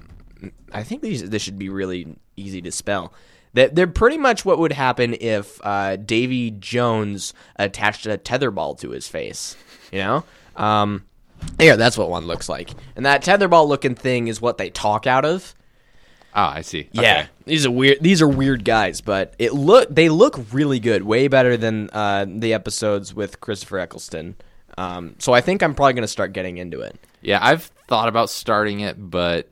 Speaker 4: I think these this should be really easy to spell. That they're pretty much what would happen if uh, Davy Jones attached a tetherball to his face. You know, um, yeah, that's what one looks like. And that tetherball looking thing is what they talk out of.
Speaker 5: Ah, I see. Okay.
Speaker 4: These are weird these are weird guys, but it look they look really good, way better than uh, the episodes with Christopher Eccleston. Um, so I think I'm probably gonna start getting into it.
Speaker 5: Yeah, I've thought about starting it, but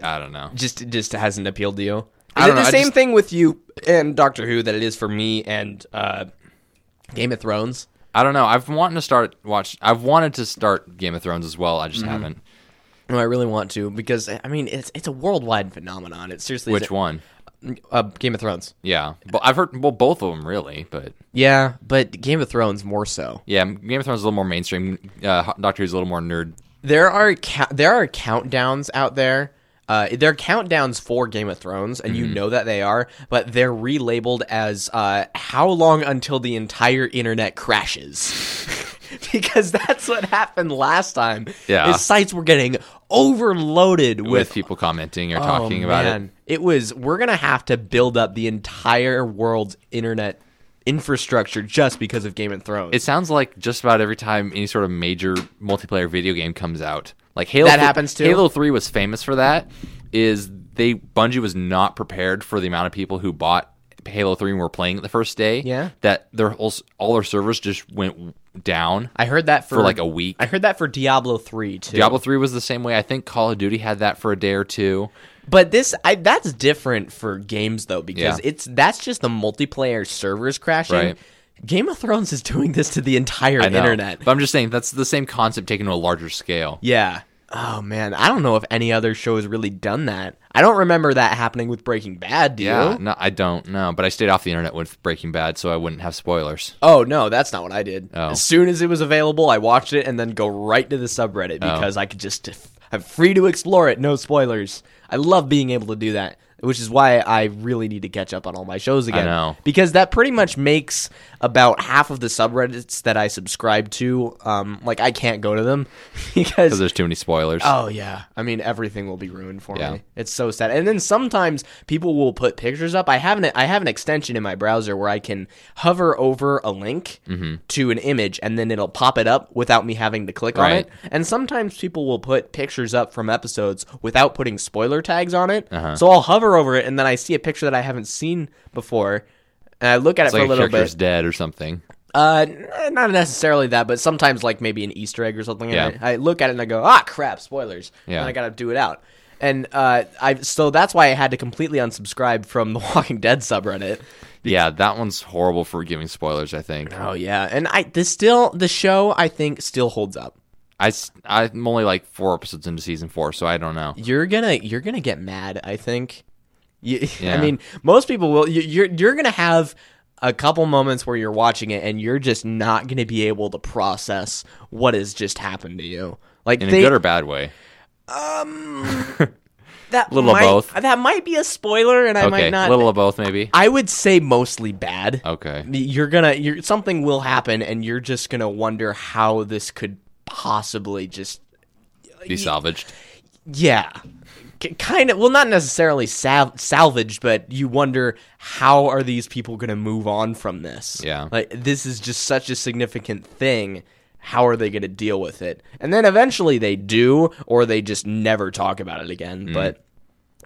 Speaker 5: I don't know.
Speaker 4: Just it just hasn't appealed to you. Is
Speaker 5: I don't
Speaker 4: it
Speaker 5: know,
Speaker 4: the
Speaker 5: I
Speaker 4: same
Speaker 5: just-
Speaker 4: thing with you and Doctor Who that it is for me and uh, Game of Thrones?
Speaker 5: I don't know. I've wanted to start watch. I've wanted to start Game of Thrones as well. I
Speaker 4: Mm-hmm.
Speaker 5: just haven't.
Speaker 4: No, I really want to because I mean it's it's a worldwide phenomenon. It seriously
Speaker 5: Which
Speaker 4: is
Speaker 5: one?
Speaker 4: Uh, Game of Thrones.
Speaker 5: Yeah, but I've heard well both of them really. But
Speaker 4: Yeah, but Game of Thrones more so.
Speaker 5: yeah, Game of Thrones is a little more mainstream. Uh, Doctor Who's a little more nerd.
Speaker 4: there are ca- there are countdowns out there Uh, they're countdowns for Game of Thrones, and you
Speaker 5: Mm-hmm.
Speaker 4: know that they are, but they're relabeled as uh, how long until the entire internet crashes. because that's what happened last time.
Speaker 5: Yeah.
Speaker 4: His sites were getting overloaded
Speaker 5: with,
Speaker 4: with,
Speaker 5: people commenting or
Speaker 4: Oh,
Speaker 5: talking about it.
Speaker 4: man. It was we're gonna have to build up the entire world's internet infrastructure just because of Game of Thrones.
Speaker 5: It sounds like just about every time any sort of major multiplayer video game comes out, like Halo,
Speaker 4: That
Speaker 5: th-
Speaker 4: happens too?
Speaker 5: Halo Three was famous for that. Is they Bungie was not prepared for the amount of people who bought Halo Three and were playing it the first day.
Speaker 4: Yeah.
Speaker 5: that their whole, s- all their servers just went down.
Speaker 4: I heard that for,
Speaker 5: for like a week.
Speaker 4: I heard that for Diablo three too.
Speaker 5: Diablo Three was the same way. I think Call of Duty had that for a day or two.
Speaker 4: But this I, that's different for games though because
Speaker 5: Yeah.
Speaker 4: it's that's just the multiplayer servers crashing.
Speaker 5: Right.
Speaker 4: Game of Thrones is doing this to the entire
Speaker 5: I know.
Speaker 4: internet.
Speaker 5: but I'm just saying that's the same concept taken to a larger scale.
Speaker 4: yeah. Oh man, I don't know if any other show has really done that. I don't remember that happening with Breaking Bad. Do you?
Speaker 5: no, I don't know, but I stayed off the internet with Breaking Bad, so I wouldn't have spoilers.
Speaker 4: Oh no, that's not what I did.
Speaker 5: Oh.
Speaker 4: As soon as it was available, I watched it and then go right to the subreddit
Speaker 5: Oh.
Speaker 4: because I could just I'm free to explore it, no spoilers. I love being able to do that, which is why I really need to catch up on all my shows again.
Speaker 5: know.
Speaker 4: Because that pretty much makes about half of the subreddits that I subscribe to um like I can't go to them because
Speaker 5: Because there's too many spoilers.
Speaker 4: Oh yeah. I mean everything will be ruined for
Speaker 5: Yeah.
Speaker 4: me. It's so sad. And then sometimes people will put pictures up. I have an I have an extension in my browser where I can hover over a link
Speaker 5: Mm-hmm.
Speaker 4: to an image and then it'll pop it up without me having to click on
Speaker 5: Right.
Speaker 4: it. And sometimes people will put pictures up from episodes without putting spoiler tags on it.
Speaker 5: Uh-huh.
Speaker 4: So I'll hover over it and then I see a picture that I haven't seen before. And I look at
Speaker 5: it's
Speaker 4: it for
Speaker 5: like a
Speaker 4: a little
Speaker 5: character's
Speaker 4: bit.
Speaker 5: dead or something.
Speaker 4: Uh, n- not necessarily that, but sometimes like maybe an Easter egg or something. and
Speaker 5: Yeah.
Speaker 4: I, I look at it and I go, ah, crap, spoilers.
Speaker 5: Yeah.
Speaker 4: And I gotta do it out. And uh, I so that's why I had to completely unsubscribe from the Walking Dead subreddit.
Speaker 5: Yeah, that one's horrible for giving spoilers. I think
Speaker 4: Oh yeah, and I this still the show I think still holds up.
Speaker 5: I s- I'm only like four episodes into season four, so I don't know.
Speaker 4: You're gonna you're gonna get mad. I think. You,
Speaker 5: Yeah.
Speaker 4: I mean, most people will. You, you're you're gonna have a couple moments where you're watching it and you're just not gonna be able to process what has just happened to you. Like
Speaker 5: In
Speaker 4: they-
Speaker 5: a good or bad way.
Speaker 4: That
Speaker 5: Little of
Speaker 4: might-
Speaker 5: both.
Speaker 4: That might be a spoiler, and I
Speaker 5: Okay,
Speaker 4: might not.
Speaker 5: little of both maybe.
Speaker 4: I would say mostly bad.
Speaker 5: Okay.
Speaker 4: You're gonna, you're something will happen, and you're just gonna wonder how this could possibly just,
Speaker 5: Be salvaged.
Speaker 4: yeah, K- kind of. Well, not necessarily sal- salvaged, but you wonder how are these people gonna move on from this?
Speaker 5: Yeah.
Speaker 4: like this is just such a significant thing. How are they gonna deal with it? And then eventually they do, or they just never talk about it again. But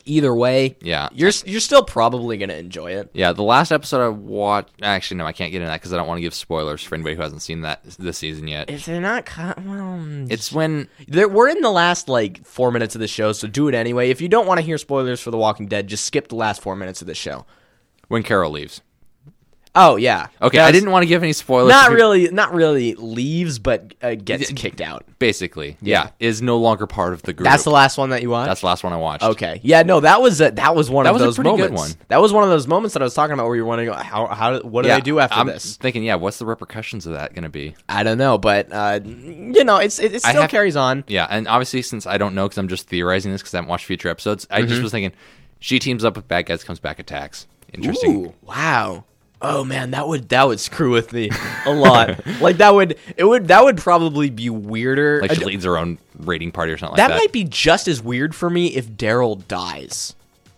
Speaker 4: either way,
Speaker 5: Yeah.
Speaker 4: you're you're still probably gonna enjoy it.
Speaker 5: Yeah, the last episode I watched. Actually, no, I can't get into that because I don't want to give spoilers for anybody who hasn't seen that this season yet.
Speaker 4: If they're not, co- well, mm.
Speaker 5: It's when
Speaker 4: there, we're in the last like four minutes of the show, so do it anyway. If you don't want to hear spoilers for The Walking Dead, just skip the last four minutes of the show.
Speaker 5: when Carol leaves.
Speaker 4: Oh yeah,
Speaker 5: Okay, I
Speaker 4: That's-
Speaker 5: didn't want to give any spoilers. to
Speaker 4: Not
Speaker 5: people-
Speaker 4: really, not really leaves, but uh, gets
Speaker 5: Yeah.
Speaker 4: kicked out.
Speaker 5: Basically, yeah. is no longer part of the group.
Speaker 4: That's the last one that you watched.
Speaker 5: That's the last one I watched.
Speaker 4: Okay. Yeah. No, that was a, that was one
Speaker 5: That
Speaker 4: of
Speaker 5: was a
Speaker 4: those
Speaker 5: pretty good
Speaker 4: moments.
Speaker 5: one.
Speaker 4: That was one of those moments that I was talking about where you're wondering how how what do
Speaker 5: yeah,
Speaker 4: they do after
Speaker 5: I'm
Speaker 4: this?
Speaker 5: Thinking, yeah, what's the repercussions of that going to be?
Speaker 4: I don't know, but uh, you know, it's it, it
Speaker 5: I
Speaker 4: still
Speaker 5: have-
Speaker 4: carries on.
Speaker 5: Yeah, and obviously, since I don't know because I'm just theorizing this because I haven't watched future episodes, I
Speaker 4: Mm-hmm.
Speaker 5: just was thinking she teams up with bad guys, comes back, attacks. Interesting.
Speaker 4: Ooh, wow. Oh man, that would that would screw with me a lot. like that would it would that would probably be weirder.
Speaker 5: Like
Speaker 4: I
Speaker 5: she
Speaker 4: d-
Speaker 5: leads her own raiding party or something
Speaker 4: that,
Speaker 5: like that.
Speaker 4: might be just as weird for me if Daryl dies.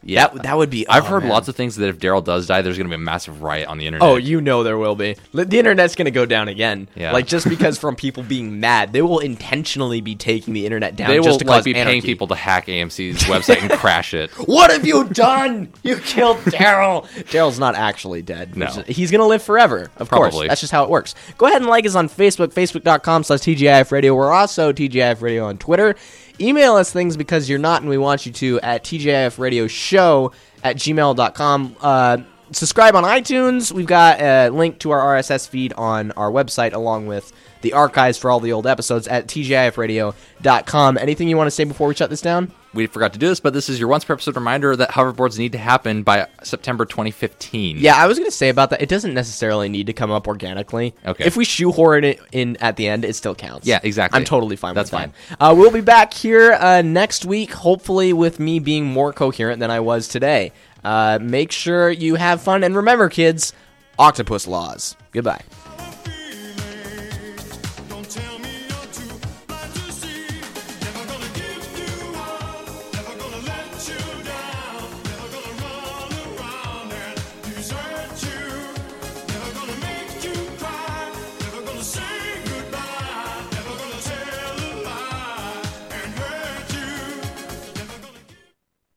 Speaker 4: Yeah, that, that would be.
Speaker 5: I've
Speaker 4: oh,
Speaker 5: heard
Speaker 4: man.
Speaker 5: lots of things that if Daryl does die, there's going to be a massive riot on the internet.
Speaker 4: Oh, you know there will be. Li- The internet's going to go down again.
Speaker 5: Yeah.
Speaker 4: Like just because from people being mad, they will intentionally be taking the internet down
Speaker 5: they will
Speaker 4: just to
Speaker 5: like,
Speaker 4: cause
Speaker 5: be paying
Speaker 4: anarchy.
Speaker 5: people to hack AMC's website and crash it.
Speaker 4: What have you done? You killed Daryl. Daryl's not actually dead.
Speaker 5: No.
Speaker 4: Which is- He's going to live forever, of
Speaker 5: Probably.
Speaker 4: course. That's just how it works. Go ahead and like us on Facebook, facebook.com slash TGIF Radio. We're also TGIF Radio on Twitter. Email us things because you're not and we want you to at TGIF Radio Show at gmail.com. Uh, subscribe on iTunes. We've got a link to our RSS feed on our website along with the archives for all the old episodes at tgifradio.com. Anything you want to say before we shut this down?
Speaker 5: We forgot to do this, but this is your once per episode reminder that hoverboards need to happen by September 2015.
Speaker 4: Yeah, I was going to say about that. It doesn't necessarily need to come up organically.
Speaker 5: Okay.
Speaker 4: If we shoehorn it in at the end, it still counts.
Speaker 5: Yeah, exactly.
Speaker 4: I'm totally fine
Speaker 5: That's
Speaker 4: with that.
Speaker 5: fine.
Speaker 4: Uh, we'll be back here uh, next week, hopefully with me being more coherent than I was today. Uh, make sure you have fun, and remember, kids, octopus laws. Goodbye.